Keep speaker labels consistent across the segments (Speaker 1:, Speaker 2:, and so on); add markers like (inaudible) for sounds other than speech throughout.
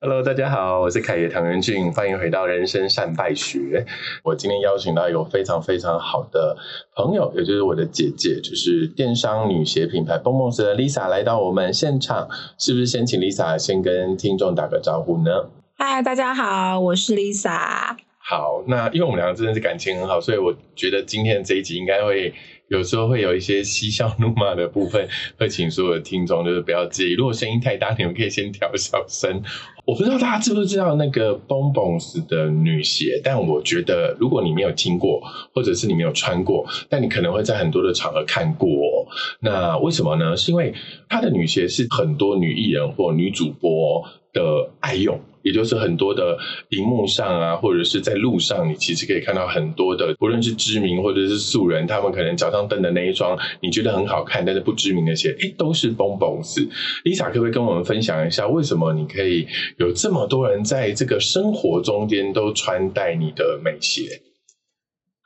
Speaker 1: Hello，大家好，我是凯爷唐元俊，欢迎回到人生善败学。我今天邀请到一个非常非常好的朋友，也就是我的姐姐，就是电商女鞋品牌蹦蹦鞋的 Lisa 来到我们现场，是不是先请 Lisa 先跟听众打个招呼呢？
Speaker 2: 嗨，大家好，我是 Lisa。
Speaker 1: 好，那因为我们两个真的是感情很好，所以我觉得今天这一集应该会有时候会有一些嬉笑怒骂的部分，会请所有的听众就是不要介意。如果声音太大，你们可以先调小声。我不知道大家知不知道那个 Bon Bons 的女鞋，但我觉得如果你没有听过，或者是你没有穿过，但你可能会在很多的场合看过、哦。那为什么呢？是因为她的女鞋是很多女艺人或女主播的爱用。也就是很多的荧幕上啊，或者是在路上，你其实可以看到很多的，不论是知名或者是素人，他们可能脚上蹬的那一双你觉得很好看，但是不知名的鞋，哎、欸，都是 Bon Bons。Lisa 可不可以跟我们分享一下，为什么你可以有这么多人在这个生活中间都穿戴你的美鞋？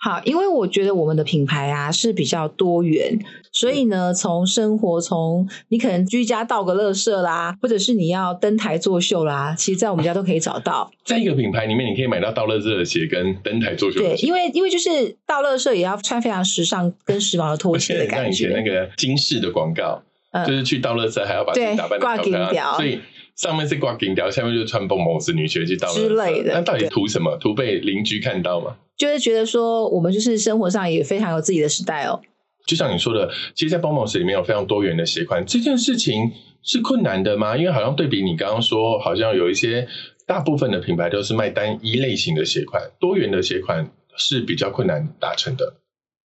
Speaker 2: 好，因为我觉得我们的品牌啊是比较多元，所以呢，从生活，从你可能居家倒个垃圾啦，或者是你要登台作秀啦，其实在我们家都可以找
Speaker 1: (laughs)
Speaker 2: 到。
Speaker 1: 在一个品牌里面，你可以买到倒垃圾的鞋跟登台作秀
Speaker 2: 对
Speaker 1: 的，鞋。
Speaker 2: 因为因为就是倒垃圾也要穿非常时尚跟时髦的拖
Speaker 1: 我
Speaker 2: 鞋
Speaker 1: 觉
Speaker 2: 的
Speaker 1: 得像 (laughs)
Speaker 2: 感
Speaker 1: 以前那
Speaker 2: 觉。
Speaker 1: 个金饰的广告，
Speaker 2: 嗯
Speaker 1: 就是去倒垃圾还要把自己
Speaker 2: 对
Speaker 1: 打扮的
Speaker 2: 挂
Speaker 1: 漂
Speaker 2: 金
Speaker 1: 亮，
Speaker 2: 条
Speaker 1: 所以上面是挂金条，下面就是穿蹦蹦子女学去倒垃圾
Speaker 2: 之类的
Speaker 1: 那到底
Speaker 2: 对
Speaker 1: 图什么？图被邻居看到吗？
Speaker 2: 就是觉得说，我们就是生活上也非常有自己的时代哦。
Speaker 1: 就像你说的，其实，在 Bomos 里面有非常多元的鞋款，这件事情是困难的吗？因为好像对比你刚刚说，好像有一些大部分的品牌都是卖单一类型的鞋款，多元的鞋款是比较困难达成的。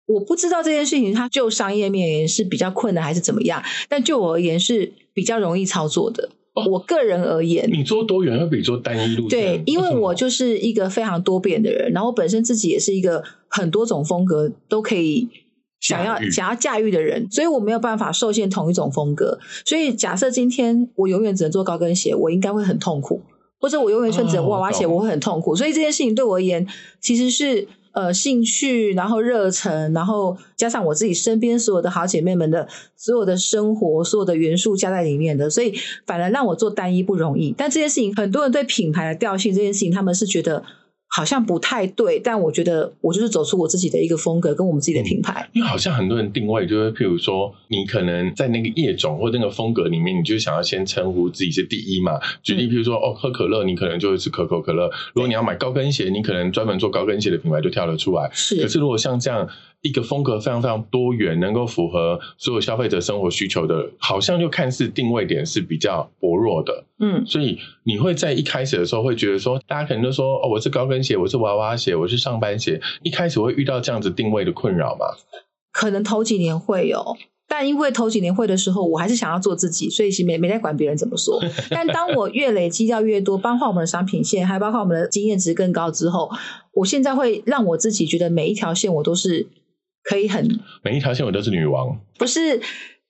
Speaker 2: 我不知道这件事情它就商业面而言是比较困难还是怎么样，但就我而言是比较容易操作的。
Speaker 1: 哦
Speaker 2: 我个人而言，
Speaker 1: 你做多元会比做单一路嗯线，
Speaker 2: 对，因为
Speaker 1: 什么
Speaker 2: 我就是一个非常多变的人，然后我本身自己也是一个很多种风格都可以想要
Speaker 1: 驾驭
Speaker 2: 想要驾驭的人，所以我没有办法受限同一种风格。所以假设今天我永远只能做高跟鞋，我应该会很痛苦；或者我永远穿只能
Speaker 1: 哦
Speaker 2: 娃娃鞋，
Speaker 1: 懂
Speaker 2: 我会很痛苦。所以这件事情对我而言，其实是呃兴趣，然后热忱，然后加上我自己身边所有的好姐妹们的所有的生活，所有的元素加在里面的，所以反而让我做单一不容易。但这件事情，很多人对品牌的调性这件事情，他们是觉得。好像不太对，但我觉得我就是走出我自己的一个风格，跟我们自己的
Speaker 1: 嗯
Speaker 2: 品牌。
Speaker 1: 因为好像很多人定位就是，譬如说，你可能在那个业种或那个风格里面，你就想要先称呼自己是第一嘛。举例，譬如说，哦，喝可乐，你可能就会是可口可乐；如果你要买高跟鞋，你可能专门做高跟鞋的品牌就跳得出来。可
Speaker 2: 是
Speaker 1: 是，如果像这样一个风格非常非常多元，能够符合所有消费者生活需求的，好像就看似定位点是比较薄弱的。
Speaker 2: 嗯，
Speaker 1: 所以你会在一开始的时候会觉得说，大家可能就说哦，我是高跟鞋，我是娃娃鞋，我是上班鞋，一开始会遇到这样子定位的困扰嘛？
Speaker 2: 可能头几年会有，但因为头几年会的时候，我还是想要做自己，所以其实没没在管别人怎么说。但当我越累积到越多，包括我们的商品线，还包括我们的经验值更高之后，我现在会让我自己觉得每一条线我都是可以很
Speaker 1: 每一条线我都是女王，
Speaker 2: 不是。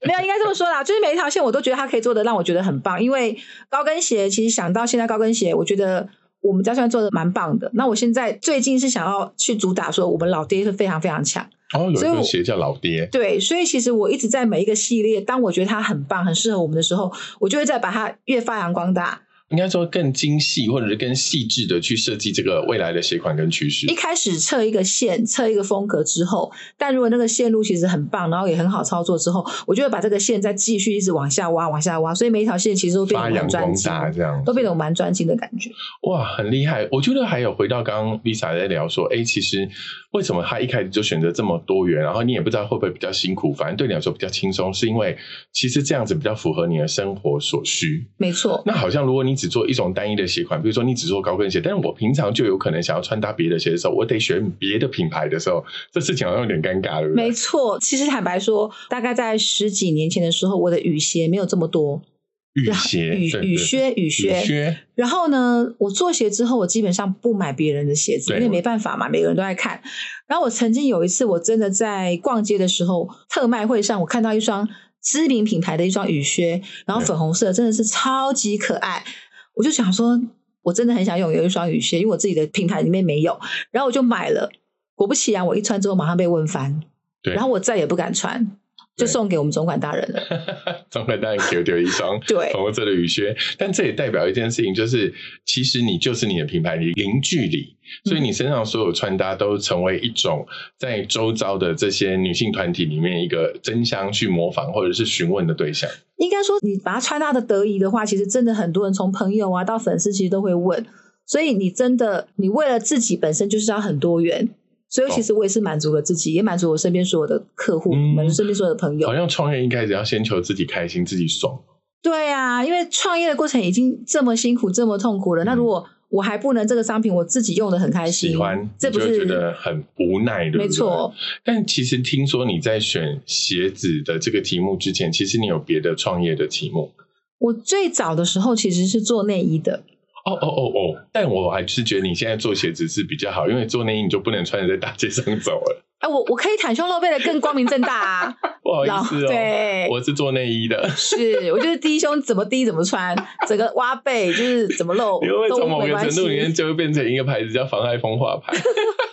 Speaker 2: 没有，应该这么说啦，就是每一条线我都觉得它可以做的让我觉得很棒。因为高跟鞋，其实想到现在高跟鞋，我觉得我们家算做的蛮棒的。那我现在最近是想要去主打说，我们老爹会非常非常强。
Speaker 1: 哦，有一
Speaker 2: 所以
Speaker 1: 个
Speaker 2: 我
Speaker 1: 鞋叫老爹，
Speaker 2: 对，所以其实我一直在每一个系列，当我觉得它很棒、很适合我们的时候，我就会再把它越发扬光大。
Speaker 1: 应该说更精细或者是更细致的去设计这个未来的鞋款跟趋势
Speaker 2: 一。开始测一个线、测一个风格之后，但如果那个线路其实很棒，然后也很好操作之后，我就会把这个线再继续一直往下挖、往下挖，所以每一条线其实都变
Speaker 1: 发
Speaker 2: 得
Speaker 1: 扬
Speaker 2: 很专
Speaker 1: 光
Speaker 2: 精，
Speaker 1: 大这样，
Speaker 2: 都变得我蛮专精的感觉。
Speaker 1: 哇，很厉害！我觉得还有回到刚刚 Lisa 在聊说，哎、其实为什么他一开始就选择这么多元，然后你也不知道会不会比较辛苦，反正对你来说比较轻松，是因为其实这样子比较符合你的生活所需。
Speaker 2: 没错，
Speaker 1: 那好像如果你只做一种单一的鞋款，比如说你只做高跟鞋，但是我平常就有可能想要穿搭别的鞋的时候，我得选别的品牌的时候，这事情好像有点尴尬，对不对？
Speaker 2: 没错。其实坦白说，大概在十几年前的时候，我的雨鞋没有这么多，
Speaker 1: 雨
Speaker 2: 然后
Speaker 1: 鞋、
Speaker 2: 啊雨
Speaker 1: 对
Speaker 2: 雨，靴、雨
Speaker 1: 对
Speaker 2: 靴
Speaker 1: 雨、靴，
Speaker 2: 然后呢，我做鞋之后，我基本上不买别人的鞋子，
Speaker 1: 对
Speaker 2: 因为没办法嘛，每个人都在看。然后我曾经有一次，我真的在逛街的时候，特卖会上，我看到一双知名品牌的一双雨靴，然后
Speaker 1: 对
Speaker 2: 粉红色，真的是超级可爱。我就想说，我真的很想拥有一双雨靴，因为我自己的品牌里面没有，然后我就买了。果不其然，我一穿之后马上被问翻，
Speaker 1: 对
Speaker 2: 然后我再也不敢穿。就
Speaker 1: 对
Speaker 2: 送给我们总管大人了。
Speaker 1: 总管大人给丢一双
Speaker 2: (laughs)
Speaker 1: (laughs)
Speaker 2: 对
Speaker 1: 粉红色的雨靴，但这也代表一件事情，就是其实你就是你的品牌，你零距离，所以
Speaker 2: 嗯
Speaker 1: 你身上所有穿搭都成为一种在周遭的这些女性团体里面一个争相去模仿或者是询问的对象。
Speaker 2: 应该说，你把它穿搭的得宜的话，其实真的很多人从朋友啊到粉丝，其实都会问。所以你真的，你为了自己本身就是要很多元。所以其实我也是满足了自己，也满足我身边所有的客户，
Speaker 1: 嗯
Speaker 2: 满足身边所有的朋友
Speaker 1: 好。像创业一开始要先求自己开心、自己爽，
Speaker 2: 对啊，因为创业的过程已经这么辛苦、这么痛苦了，那如果我还不能这个商品我自己用的很开心，
Speaker 1: 嗯喜欢，
Speaker 2: 这
Speaker 1: 你
Speaker 2: 不
Speaker 1: 就会觉
Speaker 2: 是
Speaker 1: 得很无奈，对不对？
Speaker 2: 没错。
Speaker 1: 但其实听说你在选鞋子的这个题目之前，其实你有别的创业的题目。
Speaker 2: 我最早的时候其实是做内衣的，
Speaker 1: 哦哦哦哦！但我还是觉得你现在做鞋子是比较好，因为做内衣你就不能穿着在大街上走 (laughs) 了。
Speaker 2: 哎，我我可以袒胸露背的更光明正大啊，
Speaker 1: 不好
Speaker 2: 然
Speaker 1: 意
Speaker 2: 后
Speaker 1: 思哦，
Speaker 2: 对，
Speaker 1: 我是做内衣的。
Speaker 2: 是，我就是低胸怎么低怎么穿，整个挖背就是怎么露
Speaker 1: 你会不会
Speaker 2: 都
Speaker 1: 从某
Speaker 2: 没
Speaker 1: 个
Speaker 2: 关
Speaker 1: 程度里面
Speaker 2: 系，
Speaker 1: 就会变成一个牌子叫妨碍风化牌？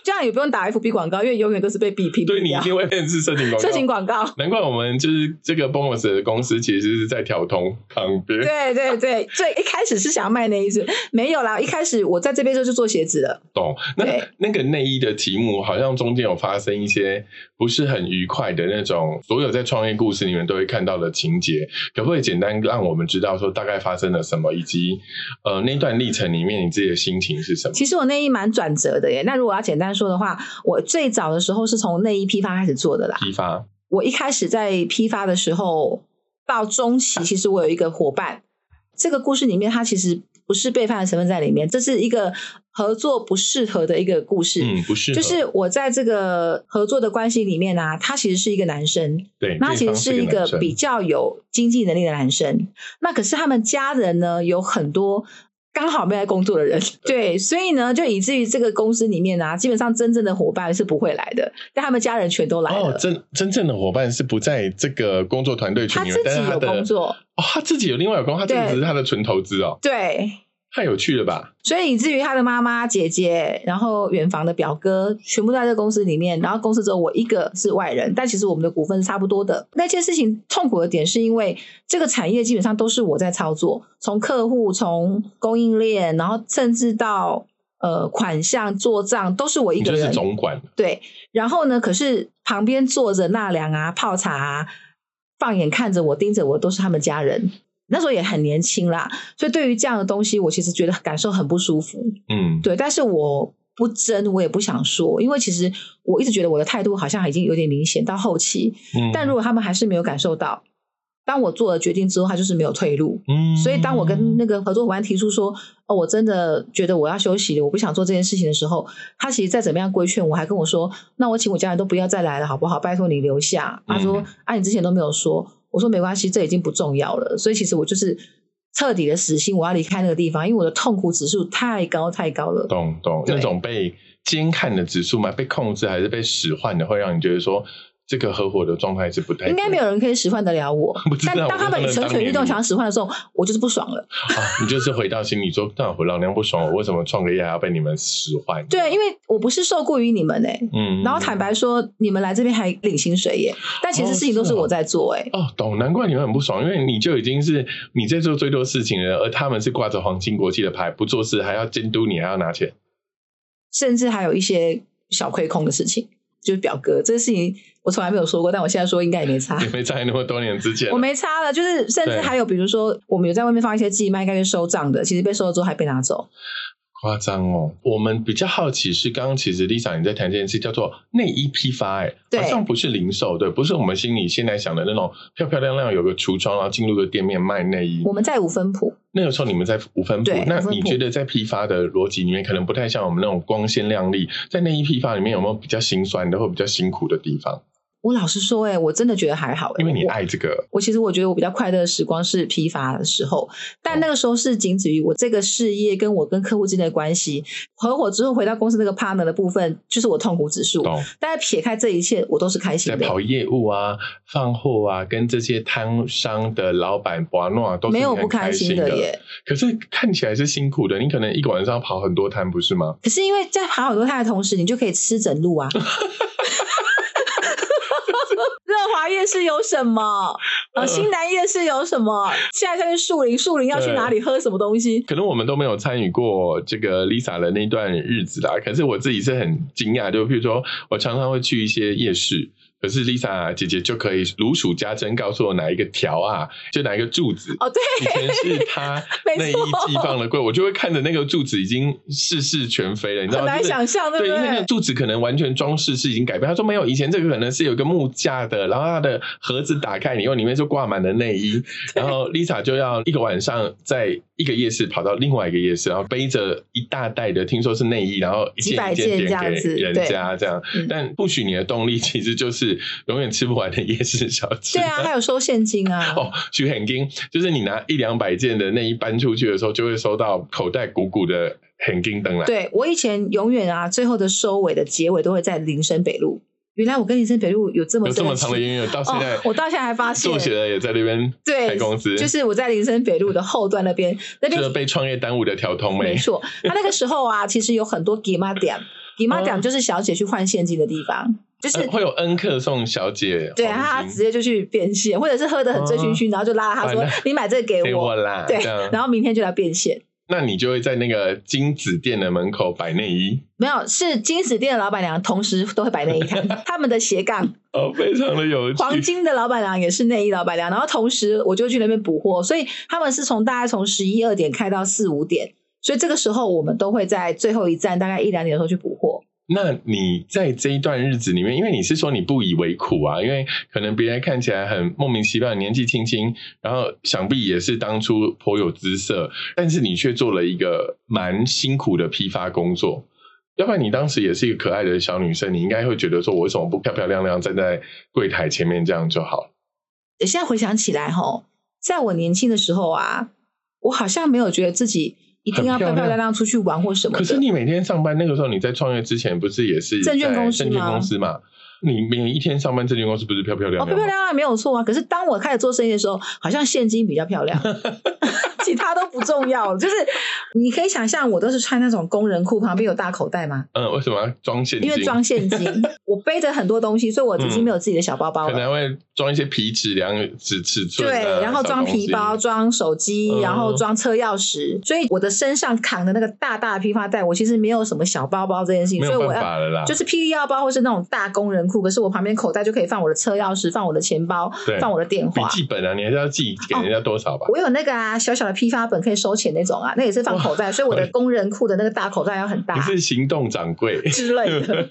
Speaker 2: 这样也不用打 FB 广告，因为永远都是被比
Speaker 1: (laughs)
Speaker 2: 评
Speaker 1: 对
Speaker 2: 比
Speaker 1: 你一
Speaker 2: 掉
Speaker 1: 定会变成是色 (laughs) 情广
Speaker 2: 色情
Speaker 1: 告。
Speaker 2: 广告。
Speaker 1: 难怪我们就是这个 bonus 的公司其实是在调通旁边。
Speaker 2: 对对对，最一开始是想要卖内衣是没有啦，一开始我在这边之后就做鞋子了，
Speaker 1: 懂。那
Speaker 2: 对
Speaker 1: 那个内衣的题目好像中间有发生一些不是很愉快的那种，所有在创业故事里面都会看到的情节，可不可以简单让我们知道说大概发生了什么，以及呃那段历程里面你自己的心情是什么？
Speaker 2: 其实我内衣蛮转折的耶。那如果要简单说的话，我最早的时候是从内衣批发开始做的啦。
Speaker 1: 批发
Speaker 2: 我一开始在批发的时候，到中期，其实我有一个伙伴。这个故事里面，他其实不是背叛的成分在里面，这是一个合作不适合的一个故事。
Speaker 1: 嗯不适合，
Speaker 2: 就是我在这个合作的关系里面啊，他其实是一个男生，
Speaker 1: 对，
Speaker 2: 那他其
Speaker 1: 对
Speaker 2: 实
Speaker 1: 方
Speaker 2: 是一
Speaker 1: 个
Speaker 2: 个
Speaker 1: 男生
Speaker 2: 比较有经济能力的男生。那可是他们家人呢，有很多刚好没来工作的人， (laughs) 对，所以呢，就以至于这个公司里面啊，基本上真正的伙伴是不会来的，但他们家人全都来了。
Speaker 1: 哦，真真正的伙伴是不在这个工作团队群
Speaker 2: 他
Speaker 1: 里
Speaker 2: 自
Speaker 1: 面，但是
Speaker 2: 己
Speaker 1: 他
Speaker 2: 有
Speaker 1: 的
Speaker 2: 工作，
Speaker 1: 哦，他自己有另外有工，他这个
Speaker 2: 对
Speaker 1: 只是他的纯投资哦，
Speaker 2: 对，
Speaker 1: 太有趣了吧？
Speaker 2: 所以以至于他的妈妈、姐姐，然后远房的表哥，全部都在这公司里面。然后公司只有我一个是外人，但其实我们的股份是差不多的。那件事情痛苦的点是因为这个产业基本上都是我在操作，从客户、从供应链，然后甚至到呃款项做账，都是我一
Speaker 1: 你
Speaker 2: 个
Speaker 1: 就是
Speaker 2: 人。
Speaker 1: 总管，
Speaker 2: 对，然后呢，可是旁边坐着纳凉啊、泡茶啊，放眼看着我、盯着我，都是他们家人。那时候也很年轻啦，所以对于这样的东西，我其实觉得感受很不舒服。
Speaker 1: 嗯，
Speaker 2: 对，但是我不争，我也不想说，因为其实我一直觉得我的态度好像已经有点明显到后期，
Speaker 1: 嗯
Speaker 2: 但如果他们还是没有感受到，当我做了决定之后，他就是没有退路。
Speaker 1: 嗯，
Speaker 2: 所以，当我跟那个合作伙伴提出说：“哦，我真的觉得我要休息了，我不想做这件事情的时候，他其实再怎么样规劝我，还跟我说：‘那我请我家人都不要再来了，好不好？拜托你留下。’他说
Speaker 1: 嗯：‘
Speaker 2: 啊，你之前都没有说。’我说：‘没关系，这已经不重要了。’所以，其实我就是彻底的死心，我要离开那个地方，因为我的痛苦指数太高太高了。
Speaker 1: 懂懂，
Speaker 2: 对
Speaker 1: 那种被监看的指数嘛，被控制还是被使唤的，会让你觉得说这个合伙的状态是不太
Speaker 2: 应该没有人可以使唤得了我
Speaker 1: (laughs) 不知。道
Speaker 2: 但当他
Speaker 1: 我
Speaker 2: 们
Speaker 1: 真的
Speaker 2: 蠢蠢
Speaker 1: 当年
Speaker 2: 欲动
Speaker 1: 你
Speaker 2: 想要使唤的时候，我就是不爽了。
Speaker 1: 啊，你就是回到心里说，那我老娘不爽，我为什么创个业还要被你们使唤？
Speaker 2: 对，因为我不是受雇于你们哎、
Speaker 1: 嗯，
Speaker 2: 然后坦白说，你们来这边还领薪水耶，但其实事情都是我在做哎、
Speaker 1: 哦，懂，难怪你们很不爽，因为你就已经是你在做最多事情的人，而他们是挂着皇亲国戚的牌，不做事还要监督你，还要拿
Speaker 2: (laughs)
Speaker 1: 钱。
Speaker 2: 甚至还有一些小亏空的事情，就是表哥这个事情我从来没有说过，但我现在说应该也
Speaker 1: (laughs)
Speaker 2: 没差。
Speaker 1: 你们在那么多年之前，
Speaker 2: 我没差了，就是甚至
Speaker 1: 对
Speaker 2: 还有，比如说我们有在外面放一些寄卖，该去收账的，其实被收了之后还被拿走。
Speaker 1: 夸张哦！我们比较好奇是，刚刚其实 Lisa 你在谈这件事叫做内衣批发、欸，
Speaker 2: 对
Speaker 1: 好像不是零售，对，不是我们心里现在想的那种漂漂亮亮有个橱窗，然后进入个店面卖内衣
Speaker 2: 我。们在五分埔，
Speaker 1: 那个时候你们在五分铺
Speaker 2: 对，
Speaker 1: 那
Speaker 2: 五分铺
Speaker 1: 你觉得在批发的逻辑里面，可能不太像我们那种光鲜亮丽，在内衣批发里面有没有比较心酸的或比较辛苦的地方？
Speaker 2: 我老实说哎、我真的觉得还好、哎
Speaker 1: 因为你
Speaker 2: 我
Speaker 1: 爱这个，
Speaker 2: 我其实我觉得我比较快乐的时光是批发的时候，
Speaker 1: 哦
Speaker 2: 但那个时候是仅止于我这个事业跟我跟客户之间的关系。合伙之后回到公司那个 partner 的部分，就是我痛苦指数。
Speaker 1: 懂？
Speaker 2: 但是撇开这一切，我都是开心
Speaker 1: 在
Speaker 2: 的。
Speaker 1: 跑业务啊、放货啊，跟这些摊商的老板、玩弄啊，都是
Speaker 2: 没有
Speaker 1: 你很
Speaker 2: 不开
Speaker 1: 心
Speaker 2: 心的耶，
Speaker 1: 可是看起来是辛苦的，你可能一个晚上要跑很多摊，不是吗？
Speaker 2: 可是因为在
Speaker 1: (laughs)
Speaker 2: 跑很多趟的同时，你就可以吃整路啊，热华夜市有什么？
Speaker 1: 嗯
Speaker 2: 呃，新南夜市有什么？下一站是树林，树林要去哪里喝什么东西？
Speaker 1: 可能我们都没有参与过这个 Lisa 的那段日子啦。可是我自己是很惊讶，就譬如说我常常会去一些夜市。可是 Lisa 姐姐就可以如数家珍，告诉我哪一个条啊，就哪一个柱子。
Speaker 2: 哦，对，
Speaker 1: 以前是她
Speaker 2: (laughs) 没
Speaker 1: 内衣
Speaker 2: 错
Speaker 1: 寄放的柜，我就会看着那个柱子已经世事全非了，你知道
Speaker 2: 很
Speaker 1: 吗？
Speaker 2: 难
Speaker 1: 就是
Speaker 2: 想象，
Speaker 1: 对，
Speaker 2: 不
Speaker 1: 因为那个
Speaker 2: 对？
Speaker 1: 柱子可能完全装饰是已经改变。他说没有，以前这个可能是有一个木架的，然后它的盒子打开以后，里面就挂满了内
Speaker 2: (laughs)
Speaker 1: 衣。然后 Lisa 就要一个晚上在一个夜市跑到另外一个夜市，然后背着一大袋的，听说是内衣，然后一
Speaker 2: 几
Speaker 1: 件
Speaker 2: 百
Speaker 1: 一件
Speaker 2: 件这
Speaker 1: 点
Speaker 2: 样子
Speaker 1: 给人
Speaker 2: 对
Speaker 1: 家这样
Speaker 2: 嗯。
Speaker 1: 但不许你的动力其实就是永远吃不完的夜市小吃。
Speaker 2: 对啊，还有收现金啊，
Speaker 1: (laughs) 哦，许很金就是你拿一两百件的内衣搬出去的时候，就会收到口袋鼓鼓的很金灯来。
Speaker 2: 对我以前永远啊，最后的收尾的结尾都会在林森北路。原来我跟林森北路有这么
Speaker 1: 有这么长的
Speaker 2: 深
Speaker 1: 渊源，到现在、
Speaker 2: 哦，我到现在还发现
Speaker 1: 作，协的也在那边开
Speaker 2: 对，
Speaker 1: 公司，
Speaker 2: 就是我在林森北路的后段那边，那
Speaker 1: 就是
Speaker 2: 边
Speaker 1: 被创业耽误的调通欸妹
Speaker 2: 没。错。他那个时候啊，其实有很多 g i m a 点 g i m a 点
Speaker 1: 嗯
Speaker 2: 就是小姐去换现金的地方，就是
Speaker 1: 呃会有恩客送小姐
Speaker 2: 对，他
Speaker 1: 黄
Speaker 2: 直
Speaker 1: 金
Speaker 2: 接就去变现，或者是喝得很醉醺醺，然后就拉着他说
Speaker 1: 完了：“
Speaker 2: 你买这个给
Speaker 1: 给我
Speaker 2: 我。
Speaker 1: 啦，”
Speaker 2: 对
Speaker 1: 这样，
Speaker 2: 然后明天就来变现。
Speaker 1: 那你就会在那个金子店的门口摆内衣，
Speaker 2: 没有，是金子店的老板娘同时都会摆内衣
Speaker 1: (laughs)
Speaker 2: 摊，他们的斜杠
Speaker 1: 哦，非常的有趣。
Speaker 2: 黄金的老板娘也是内衣老板娘，然后同时我就去那边补货，所以他们是从大概从十一二点开到四五点，所以这个时候我们都会在最后一站大概一两点的时候去补货。
Speaker 1: 那你在这一段日子里面，因为你是说你不以为苦啊，因为可能别人看起来很莫名其妙，年纪轻轻，然后想必也是当初颇有姿色，但是你却做了一个蛮辛苦的批发工作。要不然你当时也是一个可爱的小女生，你应该会觉得说，我为什么不漂漂亮亮站在柜台前面这样就好了？
Speaker 2: 现在回想起来，吼，在我年轻的时候啊，我好像没有觉得自己一定要
Speaker 1: 很漂
Speaker 2: 漂
Speaker 1: 亮
Speaker 2: 漂亮亮出去玩或什么
Speaker 1: 可
Speaker 2: 的。
Speaker 1: 是你每天上班那个时候，你在创业之前不是也是
Speaker 2: 证券
Speaker 1: 在
Speaker 2: 公司
Speaker 1: 证券
Speaker 2: 吗
Speaker 1: 公司嘛？你每一天上班，证券公司不是漂漂亮亮
Speaker 2: 哦，
Speaker 1: 吗？
Speaker 2: 漂漂亮亮没有错啊。可是当我开始做生意的时候，好像现金比较
Speaker 1: (laughs)
Speaker 2: 漂亮，其他都不重要了。就是你可以想象，我都是穿那种工人裤，旁边有大口袋嘛，
Speaker 1: 嗯，为什么要装现金？
Speaker 2: 因为装
Speaker 1: (laughs)
Speaker 2: 现金，我背着很多东西，所以我已经没有自己的小包包
Speaker 1: 可
Speaker 2: 了。
Speaker 1: 能会装一些皮尺量尺尺寸、啊，
Speaker 2: 对，然后装皮包、
Speaker 1: 小东西
Speaker 2: 装手机，
Speaker 1: 嗯
Speaker 2: 然后装车钥匙，所以我的身上扛的那个大大的批发袋，我其实没有什么小包包这件事情，
Speaker 1: 没
Speaker 2: 所以
Speaker 1: 有
Speaker 2: 我
Speaker 1: 办
Speaker 2: 要
Speaker 1: 法了啦，
Speaker 2: 就是霹雳腰包或是那种大工人裤，可是我旁边口袋就可以放我的车钥匙、放我的钱包、
Speaker 1: 对
Speaker 2: 放我的电
Speaker 1: 笔
Speaker 2: 话。
Speaker 1: 记本啊，你还是要记给人家多少吧。
Speaker 2: 我有那个啊，小小的批发本可以收钱那种啊，那也是放口袋，所以我的工人裤的那个大口袋要很大
Speaker 1: 你是行动掌柜，
Speaker 2: (laughs)
Speaker 1: (laughs)
Speaker 2: 之类的。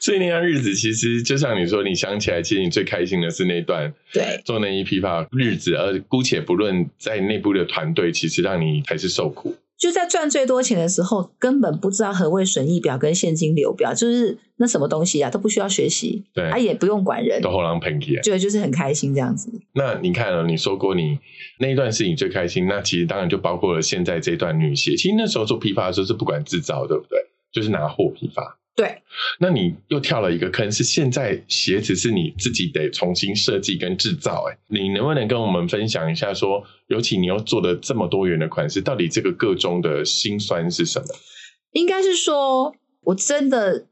Speaker 1: 所以那段日子其实就像你说，你想起来，其实你最开心的是那段
Speaker 2: 对，
Speaker 1: 做内衣批发日子，而姑且不论在内部的团队，其实让你还是受苦。
Speaker 2: 就在赚最多钱的时候，根本不知道何谓损益表跟现金流表，就是那什么东西啊，都不需要学习，
Speaker 1: 对，
Speaker 2: 啊也不用管人
Speaker 1: 都，后浪喷起来。
Speaker 2: 觉得就是很开心这样子。
Speaker 1: 那你看了，你说过你那一段是你最开心，那其实当然就包括了现在这段女鞋。其实那时候做批发的时候是不管制造，对不对？就是拿货批发。
Speaker 2: 对，
Speaker 1: 那你又跳了一个坑，是现在鞋子是你自己得重新设计跟制造、哎，你能不能跟我们分享一下说尤其你又做的这么多元的款式，到底这个个中的辛酸是什么？
Speaker 2: 应该是说，我真的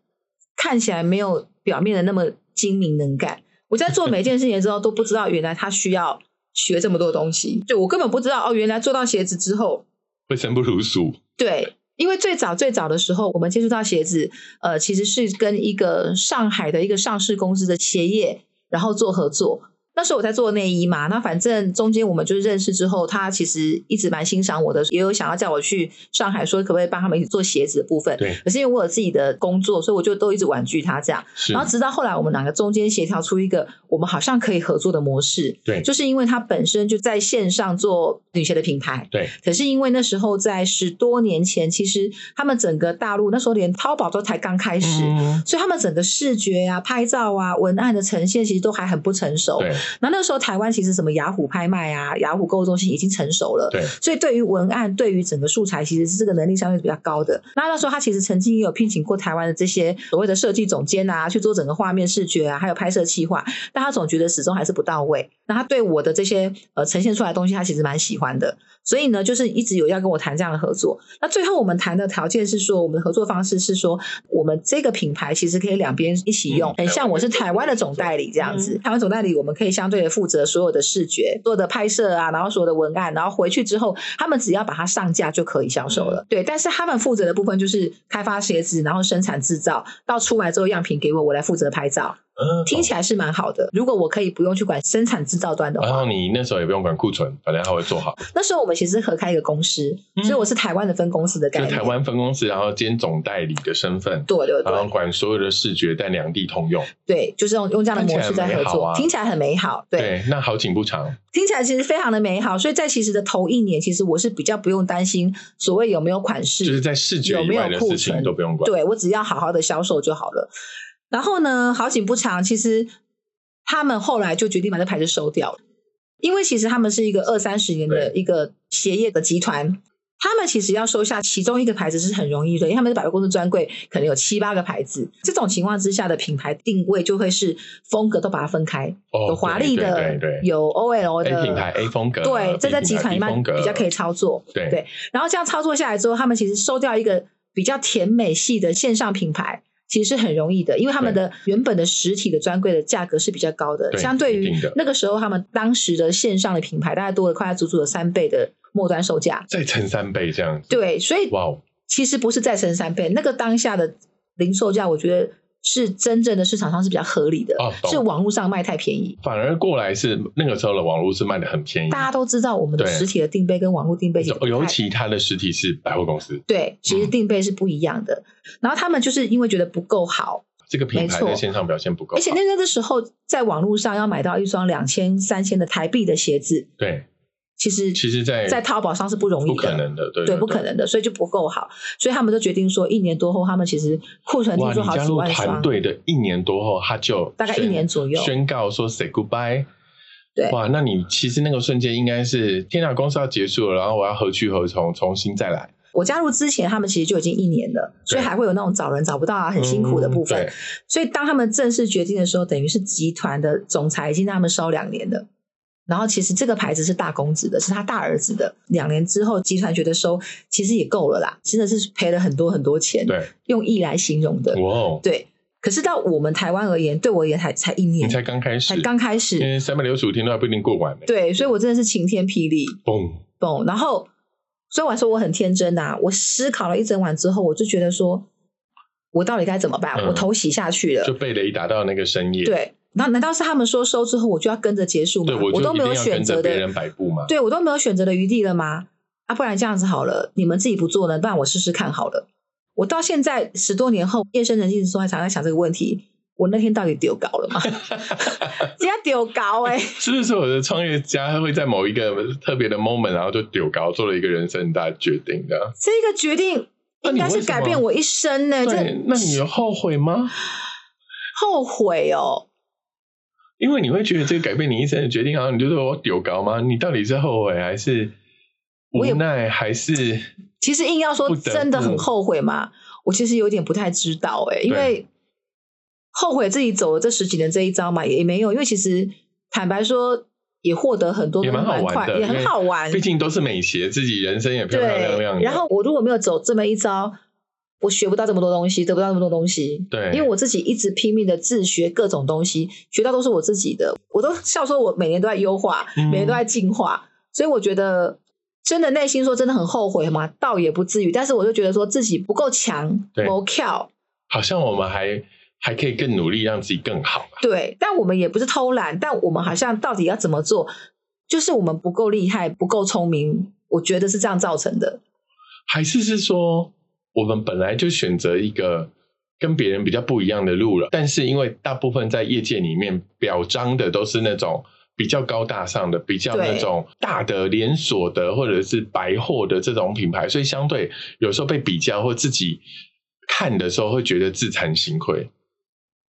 Speaker 2: 看起来没有表面的那么精明能干。我在做每件事情之后，都不知道原来他需要学这么多东西，就我根本不知道哦，原来做到鞋子之后，
Speaker 1: 会生不如死。
Speaker 2: 对，因为最早最早的时候，我们接触到鞋子，呃，其实是跟一个上海的一个上市公司的鞋业，然后做合作。那时候我在做内衣嘛，那反正中间我们就认识之后，他其实一直蛮欣赏我的，也有想要叫我去上海说可不可以帮他们一起做鞋子的部分。
Speaker 1: 对，
Speaker 2: 可是因为我有自己的工作，所以我就都一直婉拒他这样。
Speaker 1: 是
Speaker 2: 然后直到后来，我们两个中间协调出一个我们好像可以合作的模式，
Speaker 1: 对
Speaker 2: 就是因为他本身就在线上做女鞋的品牌，
Speaker 1: 对，
Speaker 2: 可是因为那时候在十多年前，其实他们整个大陆那时候连淘宝都才刚开始，
Speaker 1: 嗯，
Speaker 2: 所以他们整个视觉啊、拍照啊、文案的呈现其实都还很不成熟。
Speaker 1: 对
Speaker 2: 那那时候台湾其实什么雅虎拍卖啊、雅虎购物中心已经成熟了。
Speaker 1: 对，
Speaker 2: 所以对于文案，对于整个素材，其实是这个能力相对比较高的。那那时候他其实曾经也有聘请过台湾的这些所谓的设计总监啊，去做整个画面视觉啊，还有拍摄企划，但他总觉得始终还是不到位。那他对我的这些呃呈现出来的东西，他其实蛮喜欢的。所以呢，就是一直有要跟我谈这样的合作。那最后我们谈的条件是说，我们的合作方式是说，我们这个品牌其实可以两边一起用。
Speaker 1: 嗯
Speaker 2: 很像我是台湾的总代理这样子，台湾总代理我们可以相对的负责所有的视觉、所有的拍摄啊，然后所有的文案，然后回去之后，他们只要把它上架就可以销售
Speaker 1: 嗯
Speaker 2: 了。对，但是他们负责的部分就是开发鞋子，然后生产制造，到出来之后样品给我，我来负责拍照。
Speaker 1: 嗯，
Speaker 2: 听起来是蛮好的。如果我可以不用去管生产制造端的
Speaker 1: 然
Speaker 2: 话，
Speaker 1: 后你那时候也不用管库存，反正他会做好。
Speaker 2: 那时候我们其实合开一个公司，
Speaker 1: 嗯
Speaker 2: 所以我是台湾的分公司的概
Speaker 1: 就
Speaker 2: 念。
Speaker 1: 台湾分公司，然后兼总代理的身份，
Speaker 2: 对对
Speaker 1: 然后
Speaker 2: 对
Speaker 1: 管所有的视觉，但两地通用。
Speaker 2: 对，就是用用这样的模式在合
Speaker 1: 听起来很美好
Speaker 2: 作，
Speaker 1: 啊
Speaker 2: 听起来很美好。对，
Speaker 1: 对，那好景不长，
Speaker 2: 听起来其实非常的美好。所以在其实的头一年，其实我是比较不用担心所谓有没有款式，
Speaker 1: 就是在视觉以外的事情都不用管。
Speaker 2: 对我只要好好的销售就好了。然后呢，好景不长，其实他们后来就决定把这牌子收掉了，因为其实他们是一个二三十年的一个鞋业的集团。他们其实要收下其中一个牌子是很容易的，因为他们是百货公司专柜，可能有七八个牌子。这种情况之下的品牌定位就会是风格都把它分开，
Speaker 1: 哦
Speaker 2: 有华丽的，
Speaker 1: 对对对
Speaker 2: 有 OL 的
Speaker 1: A 品牌 A 风格，
Speaker 2: 对，
Speaker 1: B
Speaker 2: 这在集团里
Speaker 1: 品牌 B
Speaker 2: 面
Speaker 1: 风格
Speaker 2: 比较可以操作。
Speaker 1: 对
Speaker 2: 对然后这样操作下来之后，他们其实收掉一个比较甜美系的线上品牌，其实是很容易的，因为他们的原本的实体的专柜的价格是比较高的，
Speaker 1: 对
Speaker 2: 相对
Speaker 1: 一
Speaker 2: 于
Speaker 1: 定的
Speaker 2: 那个时候他们当时的线上的品牌，大概多了快足足有三倍的末端售价。
Speaker 1: 再乘三倍这样子。，
Speaker 2: 对，所以
Speaker 1: 哇哦，
Speaker 2: 其实不是再乘三倍，那个当下的零售价，我觉得是真正的市场上是比较合理的，
Speaker 1: 哦懂
Speaker 2: 是网络上卖太便宜。
Speaker 1: 反而过来是那个时候的网络是卖的很便宜，
Speaker 2: 大家都知道我们的
Speaker 1: 对
Speaker 2: 实体的定位跟网络定位其实不
Speaker 1: 尤
Speaker 2: 太
Speaker 1: 其它的实体是百货公司，
Speaker 2: 对，其实
Speaker 1: 嗯
Speaker 2: 定倍是不一样的。然后他们就是因为觉得不够好，
Speaker 1: 这个品牌
Speaker 2: 没错
Speaker 1: 在线上表现不够好，
Speaker 2: 而且那那个时候在网络上要买到一双两千、三千的台币的鞋子，
Speaker 1: 对，
Speaker 2: 其实
Speaker 1: 其实在
Speaker 2: 在淘宝上是不容易的，
Speaker 1: 不可能的，对
Speaker 2: 对，不可。能的，所以就不够好。所以他们就决定说，一年多后，他们其实库存
Speaker 1: 哇！
Speaker 2: 听
Speaker 1: 你
Speaker 2: 说好
Speaker 1: 加
Speaker 2: 几
Speaker 1: 入
Speaker 2: 万
Speaker 1: 团
Speaker 2: 双，
Speaker 1: 队的一年多后，他就
Speaker 2: 大概一
Speaker 1: 宣
Speaker 2: 年左右
Speaker 1: 宣告说 say goodbye。
Speaker 2: 对
Speaker 1: 哇！那你其实那个瞬间应该是天哪，公司要结束了，然后我要何去何从，重新再来，
Speaker 2: 我加入之前，他们其实就已经一年了，所以
Speaker 1: 对
Speaker 2: 还会有那种找人找不到啊，很辛苦的部
Speaker 1: 嗯
Speaker 2: 分。
Speaker 1: 对
Speaker 2: 所以当他们正式决定的时候，等于是集团的总裁已经让他们烧两年了。然后其实这个牌子是大公子的，是他大儿子的。两年之后，集团觉得收其实也够了啦，真的是赔了很多很多钱，
Speaker 1: 对，
Speaker 2: 用亿来形容 (laughs) 的。
Speaker 1: 哇哦！
Speaker 2: 对，可是到我们台湾而言，对我而言才才一
Speaker 1: 你
Speaker 2: 年，
Speaker 1: 才嗯刚开始，
Speaker 2: 才刚开
Speaker 1: 因
Speaker 2: 始。
Speaker 1: 为三百六十五天都还不一定过完呢。
Speaker 2: 对，所以我真的是晴天霹雳。
Speaker 1: 嘣，
Speaker 2: 懂。然后，所以我说我很天真呐、我思考了一整晚之后，我就觉得说，我到底该怎么办？
Speaker 1: 嗯
Speaker 2: 我头洗下去了
Speaker 1: 就，被雷打到那个深夜。
Speaker 2: 对。那难道是他们说收之后我就要跟着结束吗
Speaker 1: 对，？我就
Speaker 2: 都
Speaker 1: 一
Speaker 2: 没有
Speaker 1: 定要
Speaker 2: 选
Speaker 1: 跟
Speaker 2: 择
Speaker 1: 着别
Speaker 2: 的，
Speaker 1: 人摆布嘛。
Speaker 2: 对我都没有选择的余地了吗？啊，不然这样子好了，你们自己不做呢，不然我试试看好了。我到现在十多年后，夜深人静的时候还常在想这个问题：我那天到底丢稿了吗？ (laughs) 人家丢稿哎、
Speaker 1: 是不是我的创业家会在某一个特别的 moment，然后就丢高，做了一个人生很大的决定的？
Speaker 2: 这个决定
Speaker 1: (laughs) 那
Speaker 2: 应
Speaker 1: 你
Speaker 2: 该是
Speaker 1: 为什
Speaker 2: 改
Speaker 1: 么
Speaker 2: 变我一生呢、哎这
Speaker 1: 对，那你有后悔吗？
Speaker 2: 后悔哦，
Speaker 1: 因为你会觉得这个改变你一生的决定，然后你就说我丢高吗？你到底是后悔还是无
Speaker 2: 我也
Speaker 1: 奈，还是
Speaker 2: 其实硬要说
Speaker 1: 不得不嗯
Speaker 2: 真的很后悔嘛，我其实有点不太知道哎、因为后悔自己走了这十几年这一招嘛，也没有，因为其实坦白说也获得很多
Speaker 1: 也蛮好玩
Speaker 2: 快，
Speaker 1: 的，
Speaker 2: 也
Speaker 1: 因
Speaker 2: 很
Speaker 1: 为
Speaker 2: 好玩，
Speaker 1: 毕竟都是美鞋，自己人生也漂漂亮亮
Speaker 2: 对，
Speaker 1: 的。
Speaker 2: 然后我如果没有走这么一招，我学不到这么多东西，得不到这么多东西。
Speaker 1: 对
Speaker 2: 因为我自己一直拼命的自学各种东西，学到都是我自己的。我都笑说，我每年都在优化，
Speaker 1: 嗯
Speaker 2: 每年都在进化。所以我觉得，真的内心说真的很后悔嘛，倒也不至于。但是我就觉得说自己不够强，
Speaker 1: 对
Speaker 2: 不跳。
Speaker 1: 好像我们还还可以更努力，让自己更好吧。
Speaker 2: 对，但我们也不是偷懒，但我们好像到底要怎么做，就是我们不够厉害，不够聪明。我觉得是这样造成的。
Speaker 1: 还是是说，我们本来就选择一个跟别人比较不一样的路了，但是因为大部分在业界里面表彰的都是那种比较高大上的、比较
Speaker 2: 对
Speaker 1: 那种大的连锁的或者是百货的这种品牌，所以相对有时候被比较或自己看的时候会觉得自惭形秽。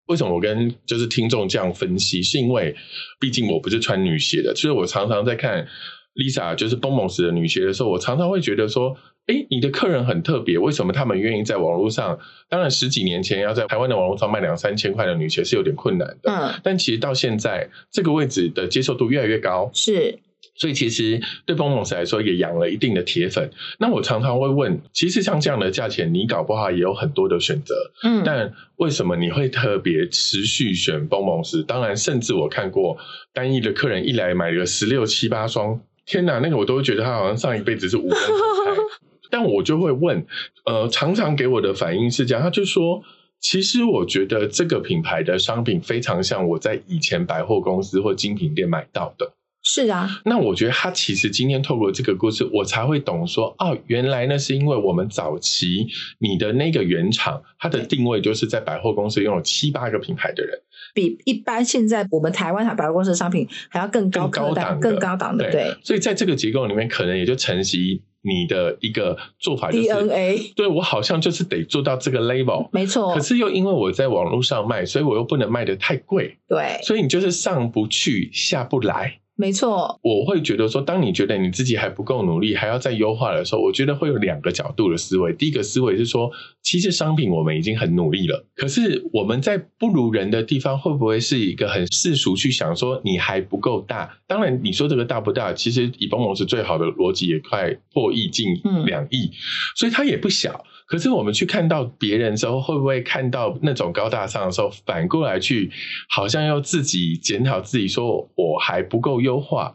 Speaker 1: 为什么我跟就是听众这样分析？是因为毕竟我不是穿女鞋的，所以我常常在看 Lisa 就是蹦蹦 s 的女鞋的时候，我常常会觉得说，诶，你的客人很特别，为什么他们愿意在网络上？当然，十几年前要在台湾的网络上卖两三千块的女鞋是有点困难的，
Speaker 2: 嗯，
Speaker 1: 但其实到现在这个位置的接受度越来越高，
Speaker 2: 是
Speaker 1: 所以其实对蹦蹦来说也养了一定的铁粉。那我常常会问，其实像这样的价钱，你搞不好也有很多的选择，
Speaker 2: 嗯，
Speaker 1: 但为什么你会特别持续选蹦蹦石？当然，甚至我看过单一的客人一来买了十六七八双，天哪，那个我都会觉得他好像上一辈子是五根韭菜。但我就会问，呃，常常给我的反应是这样，他就说。其实我觉得这个品牌的商品非常像我在以前百货公司或精品店买到的，
Speaker 2: 是啊，
Speaker 1: 那我觉得他其实今天透过这个故事，我才会懂说，哦，原来那是因为我们早期你的那个原厂，它的定位就是在百货公司拥有七八个品牌的人，
Speaker 2: 比一般现在我们台湾百货公司的商品还要更高
Speaker 1: 更高
Speaker 2: 科
Speaker 1: 档
Speaker 2: 档、
Speaker 1: 的
Speaker 2: 更高档的，对
Speaker 1: 所以在这个结构里面，可能也就承袭你的一个做法，就是
Speaker 2: ，DNA，
Speaker 1: 对我好像就是得做到这个 level，
Speaker 2: 没错
Speaker 1: 可，是又因为我在网络上卖，所以我又不能卖的太贵，
Speaker 2: 对，
Speaker 1: 所以你就是上不去下不来。
Speaker 2: 没错，
Speaker 1: 我会觉得说，当你觉得你自己还不够努力，还要再优化的时候，我觉得会有两个角度的思维。第一个思维是说，其实商品我们已经很努力了，可是我们在不如人的地方，会不会是一个很世俗去想说你还不够大？当然，你说这个大不大，其实以帮盟是最好的逻辑，也快破亿近
Speaker 2: 嗯
Speaker 1: 两亿，所以它也不小。可是我们去看到别人之后，会不会看到那种高大上的时候，反过来去好像要自己检讨自己，说我还不够优化？